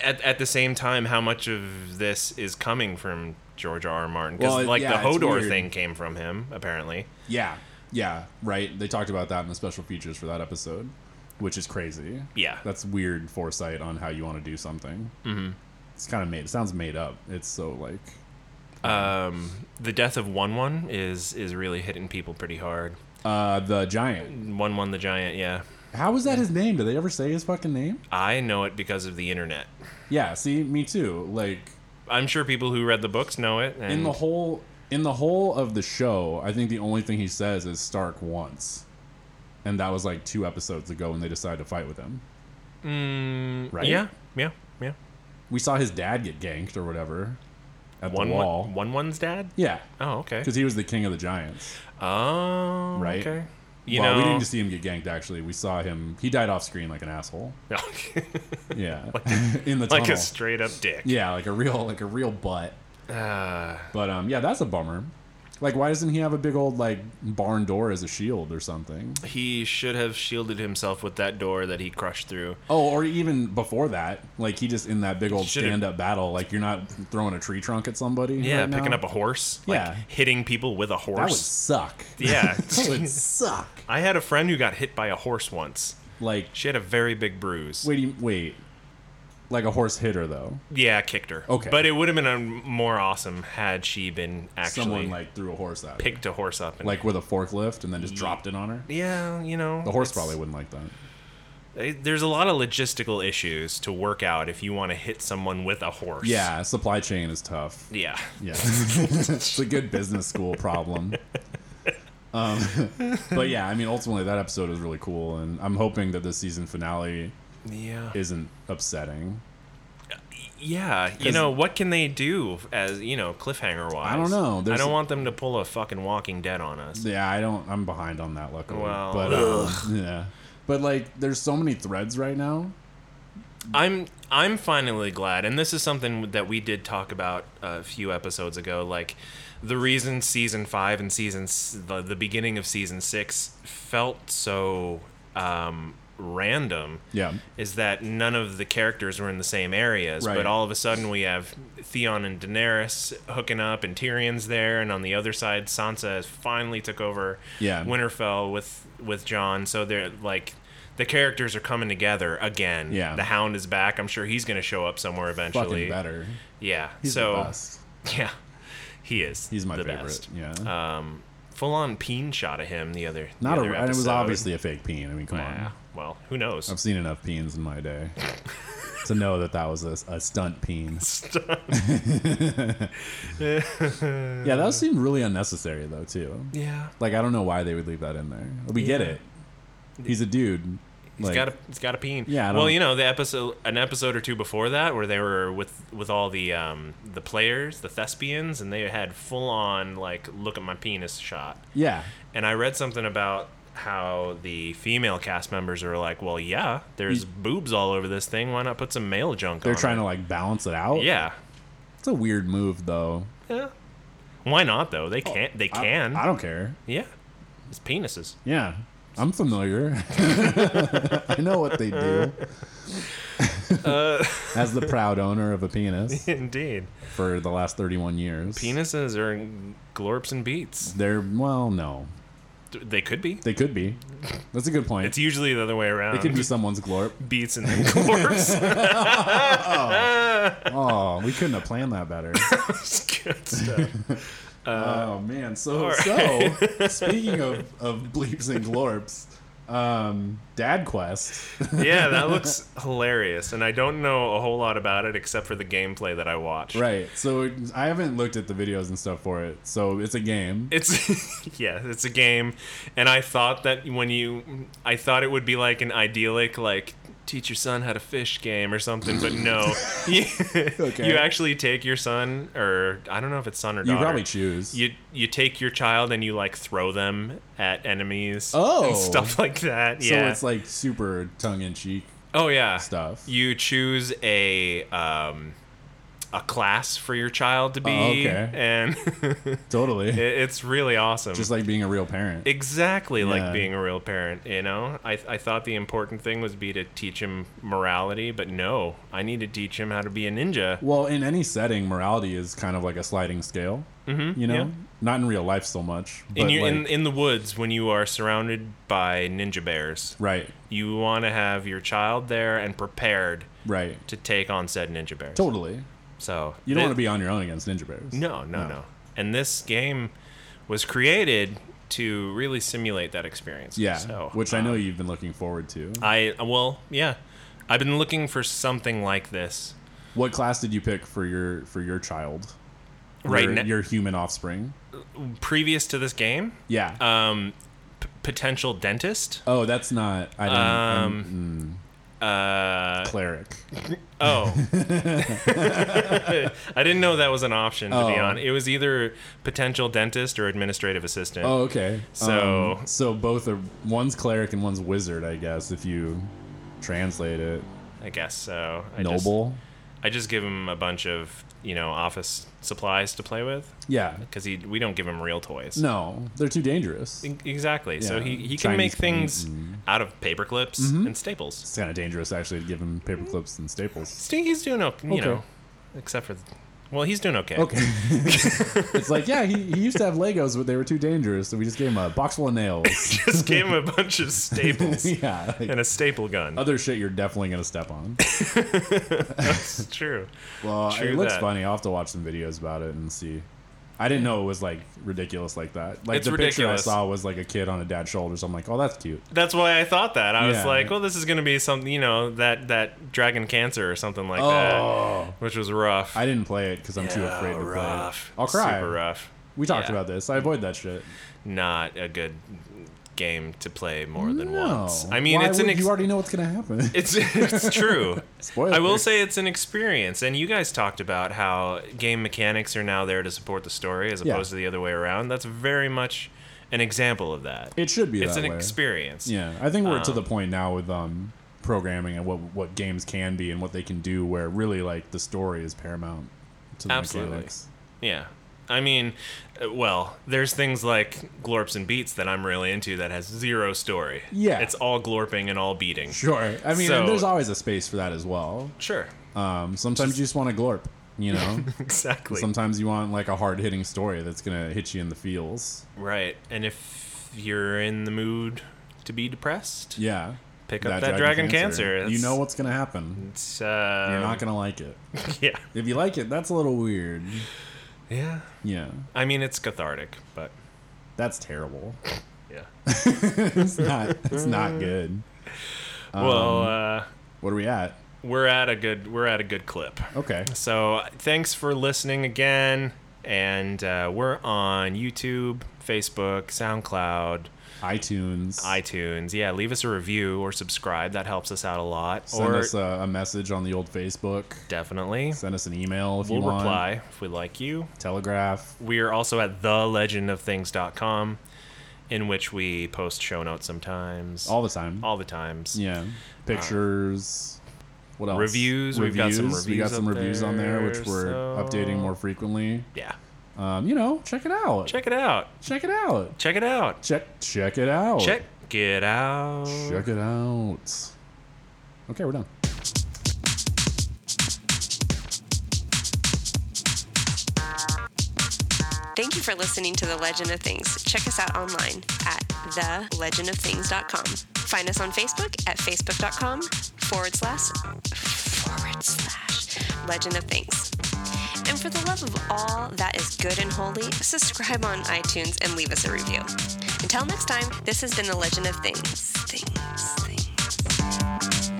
Speaker 1: at, at the same time how much of this is coming from george r r martin because
Speaker 2: Well, it-
Speaker 1: like
Speaker 2: yeah,
Speaker 1: the
Speaker 2: it's
Speaker 1: hodor
Speaker 2: weird.
Speaker 1: thing came from him apparently
Speaker 2: Yeah, yeah, right. They talked about that in the special features for that episode, which is crazy.
Speaker 1: Yeah.
Speaker 2: that's weird foresight on how you want to do something. Mm-hmm. It's kind of made. It sounds made up. It's so like
Speaker 1: um, the death of one one is is really hitting people pretty hard
Speaker 2: uh the giant.
Speaker 1: one one the giant yeah
Speaker 2: How is that his name? Did they ever say his fucking name?
Speaker 1: i know it because of the internet
Speaker 2: Yeah. See, me too. Like
Speaker 1: i'm sure people who read the books know it and
Speaker 2: in the whole in the whole of the show, I think the only thing he says is Stark once. And that was like two episodes ago when they decided to fight with him.
Speaker 1: Mm,
Speaker 2: Right?
Speaker 1: yeah yeah yeah
Speaker 2: We saw his dad get ganked or whatever. at
Speaker 1: One
Speaker 2: the wall.
Speaker 1: one one one's dad.
Speaker 2: Yeah,
Speaker 1: Oh, okay.
Speaker 2: because he was the king of the giants.
Speaker 1: Oh,
Speaker 2: Right?
Speaker 1: Okay. You
Speaker 2: well,
Speaker 1: know,
Speaker 2: we didn't see him get ganked. Actually, we saw him. He died off screen like an asshole. Yeah, in the tunnel.
Speaker 1: like a straight up dick.
Speaker 2: yeah, like a real, like a real butt.
Speaker 1: Uh,
Speaker 2: But um, yeah, that's a bummer. Like, why doesn't he have a big old like barn door as a shield or something?
Speaker 1: he should have shielded himself with that door that he crushed through.
Speaker 2: Oh, or even before that, like he just in that big old
Speaker 1: Should've-
Speaker 2: stand up battle, like you're not throwing a tree trunk at somebody.
Speaker 1: Yeah,
Speaker 2: right
Speaker 1: picking
Speaker 2: now.
Speaker 1: up a horse.
Speaker 2: Yeah.
Speaker 1: Like hitting people with a
Speaker 2: that would
Speaker 1: horse.
Speaker 2: suck.
Speaker 1: Yeah.
Speaker 2: that would suck.
Speaker 1: I had a friend who got hit by a horse once.
Speaker 2: Like,
Speaker 1: She had a very big bruise.
Speaker 2: wait, you- wait, like a horse hitter though.
Speaker 1: Yeah, I kicked her.
Speaker 2: Okay.
Speaker 1: But it would have been a more awesome had she been actually
Speaker 2: Someone like threw a horse at, her,
Speaker 1: picked a horse up and
Speaker 2: like with a forklift, and then just dropped it on her.
Speaker 1: Mm. yeah, you know
Speaker 2: The horse
Speaker 1: it's-
Speaker 2: probably wouldn't like that.
Speaker 1: eh, There's a lot of logistical issues to work out if you want to hit someone with a horse.
Speaker 2: Yeah, supply chain is tough.
Speaker 1: Yeah.
Speaker 2: Yeah. it's a good business school problem. Um, but yeah, I mean, ultimately, that episode was really cool, and I'm hoping that the season finale
Speaker 1: Yeah.
Speaker 2: isn't upsetting.
Speaker 1: Yeah, you
Speaker 2: 'Cause-
Speaker 1: know what can they do as you know cliffhanger wise?
Speaker 2: I don't know.
Speaker 1: I
Speaker 2: There's-
Speaker 1: don't want them to pull a fucking Walking Dead on us.
Speaker 2: Yeah, I don't. I'm behind on that, luckily.
Speaker 1: Well,
Speaker 2: but um, yeah, but like, there's so many threads right now.
Speaker 1: I'm I'm finally glad, and this is something that we did talk about a few episodes ago. Like the reason season five and season s- the, the beginning of season six felt so um, random.
Speaker 2: Yeah,
Speaker 1: Is that none of the characters were in the same areas,
Speaker 2: Right.
Speaker 1: but all of a sudden we have Theon and Daenerys hooking up, and Tyrion's there, and on the other side, Sansa has finally took over
Speaker 2: Yeah.
Speaker 1: Winterfell with with John. So they're like the characters are coming together again.
Speaker 2: Yeah.
Speaker 1: The Hound is back. I'm sure he's going to show up somewhere eventually.
Speaker 2: fucking better.
Speaker 1: Yeah.
Speaker 2: He's
Speaker 1: so
Speaker 2: the best.
Speaker 1: yeah, he is.
Speaker 2: He's my
Speaker 1: the
Speaker 2: favorite.
Speaker 1: Best.
Speaker 2: Yeah,
Speaker 1: Um, full on peen shot of him the other.
Speaker 2: not
Speaker 1: the
Speaker 2: a.
Speaker 1: other
Speaker 2: And it was
Speaker 1: episode.
Speaker 2: obviously a fake peen. I mean, come
Speaker 1: Ah,
Speaker 2: on.
Speaker 1: well, who knows?
Speaker 2: I've seen enough peens in my day to know that that was a, a stunt peen. Yeah, that seemed really unnecessary though too.
Speaker 1: yeah.
Speaker 2: Like I don't know why they would leave that in there. We get it. He's a dude.
Speaker 1: He's
Speaker 2: Like,
Speaker 1: got a he's got a peen.
Speaker 2: Yeah, I
Speaker 1: Well,
Speaker 2: don't-
Speaker 1: you know the episode an episode or two before that where they were with with all the um the players the thespians and they had full on like look at my penis shot.
Speaker 2: yeah,
Speaker 1: And I read something about how the female cast members are like, well, yeah, there's boobs all over this thing. Why not put some male junk?
Speaker 2: they're
Speaker 1: on
Speaker 2: trying
Speaker 1: it?
Speaker 2: to like balance it out.
Speaker 1: Yeah.
Speaker 2: it's a weird move though.
Speaker 1: Yeah. Why not though? They can't. They
Speaker 2: Oh, I-
Speaker 1: can.
Speaker 2: I, don't care.
Speaker 1: yeah. It's penises.
Speaker 2: Yeah, I'm familiar. I know what they do.
Speaker 1: Uh.
Speaker 2: As the proud owner of a penis
Speaker 1: Indeed.
Speaker 2: for the last 31 years.
Speaker 1: Penises are glorps and beats.
Speaker 2: They're well, no,
Speaker 1: They could be.
Speaker 2: they could be. That's a good point.
Speaker 1: It's usually the other way around.
Speaker 2: it could be someone's glorp.
Speaker 1: beats and then glorps.
Speaker 2: Oh, we couldn't have planned that better.
Speaker 1: It's good stuff.
Speaker 2: Oh man! So
Speaker 1: all
Speaker 2: so speaking of of bleeps and glorps, um, Dad Quest.
Speaker 1: Yeah, that looks hilarious, and I don't know a whole lot about it except for the gameplay that I watched.
Speaker 2: Right. So it- I haven't looked at the videos and stuff for it. So it's a game.
Speaker 1: It's yeah, it's a game, and I thought that when you, I thought it would be like an idyllic like teach your son how to fish game or something, but no, you, you actually take your son or I don't know if it's son or daughter.
Speaker 2: you probably choose.
Speaker 1: You you take your child and you like throw them at enemies.
Speaker 2: Oh.
Speaker 1: and stuff like that.
Speaker 2: so
Speaker 1: Yeah.
Speaker 2: it's like super tongue in cheek.
Speaker 1: oh yeah
Speaker 2: stuff.
Speaker 1: You choose a um. A class for your child to be,
Speaker 2: Oh, okay.
Speaker 1: and it-
Speaker 2: Totally.
Speaker 1: it's really awesome.
Speaker 2: Just like being a real parent.
Speaker 1: exactly
Speaker 2: Yeah.
Speaker 1: like being a real parent you know I, I thought the important thing was be to teach him morality but no i need to teach him how to be a ninja
Speaker 2: well, in any setting, morality is kind of like a sliding scale. Mm-hmm, you know,
Speaker 1: yeah.
Speaker 2: not in real life so much. But
Speaker 1: in, you, in,
Speaker 2: like-
Speaker 1: in the woods when you are surrounded by ninja bears
Speaker 2: right,
Speaker 1: you want to have your child there and prepared
Speaker 2: right,
Speaker 1: to take on said ninja bears
Speaker 2: totally.
Speaker 1: so
Speaker 2: You don't
Speaker 1: thi-
Speaker 2: want to be on your own against ninja bears.
Speaker 1: no no no and this game was created to really simulate that experience
Speaker 2: Yeah,
Speaker 1: so um, uh,
Speaker 2: which I know you've been looking forward to.
Speaker 1: i well yeah i've been looking for something like this
Speaker 2: What class did you pick for your for your child?
Speaker 1: Right
Speaker 2: your,
Speaker 1: now-
Speaker 2: your human offspring.
Speaker 1: previous to this game,
Speaker 2: Yeah.
Speaker 1: Uh, um, p- potential dentist.
Speaker 2: oh, that's not. I don't. I'm-
Speaker 1: um, Uh,
Speaker 2: Cleric.
Speaker 1: oh, I didn't know that was an option. To be
Speaker 2: Oh.
Speaker 1: on, it was either potential dentist or administrative assistant.
Speaker 2: Oh, okay.
Speaker 1: So-
Speaker 2: Um, so both are one's cleric and one's wizard, I guess, if you translate it.
Speaker 1: I guess so. I just-
Speaker 2: Noble.
Speaker 1: I just give him a bunch of you know office supplies to play with
Speaker 2: yeah.
Speaker 1: because he we don't give him real toys.
Speaker 2: No, they're too dangerous.
Speaker 1: E- Exactly. So
Speaker 2: Yeah.
Speaker 1: he, he can
Speaker 2: Chinese
Speaker 1: make
Speaker 2: paint mm-hmm.
Speaker 1: things out of paper clips and staples.
Speaker 2: It's kind of dangerous actually to give him paper clips and staples.
Speaker 1: Stinky's he's doing okay, you
Speaker 2: Okay.
Speaker 1: know, except for, well, he's doing okay.
Speaker 2: Okay. it's like, yeah, he, he used to have Legos, but they were too dangerous, so we just gave him a box full of nails.
Speaker 1: Just gave him a bunch of staples
Speaker 2: yeah. like,
Speaker 1: and a staple gun.
Speaker 2: other shit you're definitely going to step on.
Speaker 1: It's true.
Speaker 2: Well,
Speaker 1: True
Speaker 2: it looks
Speaker 1: that.
Speaker 2: funny. I'll have to watch some videos about it and see. I didn't know it was like ridiculous like that. Like
Speaker 1: It's
Speaker 2: the
Speaker 1: ridiculous.
Speaker 2: picture I saw was like a kid on a dad's shoulders. I'm like, oh, that's cute.
Speaker 1: That's why I thought that. I was
Speaker 2: Yeah.
Speaker 1: like, well, this is going to be something, you know, that, that dragon cancer or something like
Speaker 2: Oh.
Speaker 1: that, which was rough.
Speaker 2: I didn't play it because I'm too
Speaker 1: Yeah,
Speaker 2: afraid to
Speaker 1: rough.
Speaker 2: play it. I'll cry.
Speaker 1: Super rough.
Speaker 2: We talked
Speaker 1: Yeah.
Speaker 2: about this. I avoid that shit.
Speaker 1: Not a good game to play more than
Speaker 2: No.
Speaker 1: once. I mean,
Speaker 2: Why
Speaker 1: it's an
Speaker 2: would-
Speaker 1: ex-
Speaker 2: you already know what's gonna happen.
Speaker 1: It's it's true.
Speaker 2: Spoiler.
Speaker 1: I will say it's an experience, and you guys talked about how game mechanics are now there to support the story as
Speaker 2: Yeah.
Speaker 1: opposed to the other way around. That's very much an example of that.
Speaker 2: It should be
Speaker 1: it's
Speaker 2: that
Speaker 1: an
Speaker 2: way.
Speaker 1: experience.
Speaker 2: Yeah, I think we're to the point now with um, programming and what what games can be and what they can do, where really like the story is paramount to the
Speaker 1: Absolutely.
Speaker 2: mechanics.
Speaker 1: Yeah. I mean, uh, well, there's things like glorps and beats that I'm really into that has zero story.
Speaker 2: Yeah.
Speaker 1: It's all glorping and all beating.
Speaker 2: Sure. I mean,
Speaker 1: So-
Speaker 2: and there's always a space for that as well.
Speaker 1: Sure.
Speaker 2: Um, sometimes you just want to glorp, you know.
Speaker 1: Exactly.
Speaker 2: sometimes you want like a hard hitting story that's gonna hit you in the feels.
Speaker 1: right. And if you're in the mood to be depressed,
Speaker 2: Yeah.
Speaker 1: Pick up that dragon cancer.
Speaker 2: You
Speaker 1: That's-
Speaker 2: know what's gonna happen.
Speaker 1: it's, uh,
Speaker 2: You're not gonna like it.
Speaker 1: Yeah.
Speaker 2: If you like it, that's a little weird.
Speaker 1: Yeah.
Speaker 2: Yeah.
Speaker 1: I mean, it's cathartic, but
Speaker 2: That's terrible.
Speaker 1: yeah.
Speaker 2: It's not. It's not good. Um,
Speaker 1: well, uh,
Speaker 2: What are we at?
Speaker 1: we're at a good we're at a good clip.
Speaker 2: Okay.
Speaker 1: So thanks for listening again, and uh, we're on YouTube, Facebook, SoundCloud,
Speaker 2: iTunes.
Speaker 1: iTunes. Yeah, leave us a review or subscribe. That helps us out a lot.
Speaker 2: Send
Speaker 1: or
Speaker 2: us a, a message on the old Facebook.
Speaker 1: definitely.
Speaker 2: Send us an email if
Speaker 1: We'll
Speaker 2: you want.
Speaker 1: reply if we like you.
Speaker 2: Telegraph.
Speaker 1: We are also at thelegendofthings.com, in which we post show notes sometimes,
Speaker 2: All the time.
Speaker 1: all the times.
Speaker 2: yeah. Pictures. what else?
Speaker 1: Um, reviews. We've got some
Speaker 2: We got
Speaker 1: reviews
Speaker 2: some
Speaker 1: up
Speaker 2: reviews on there, which
Speaker 1: there,
Speaker 2: we're
Speaker 1: so-
Speaker 2: updating more frequently.
Speaker 1: yeah.
Speaker 2: Um, you know, check it out.
Speaker 1: Check it out.
Speaker 2: Check it out.
Speaker 1: Check it out.
Speaker 2: Check. Check it out.
Speaker 1: Check it out.
Speaker 2: Check it out. Okay, we're done.
Speaker 3: Thank you for listening to The Legend of Things. Check us out online at thelegendofthings.com. Find us on Facebook at facebook.com forward slash forward slash legend of things. And for the love of all that is good and holy, subscribe on iTunes and leave us a review. Until next time, this has been The Legend of Things. Things, things.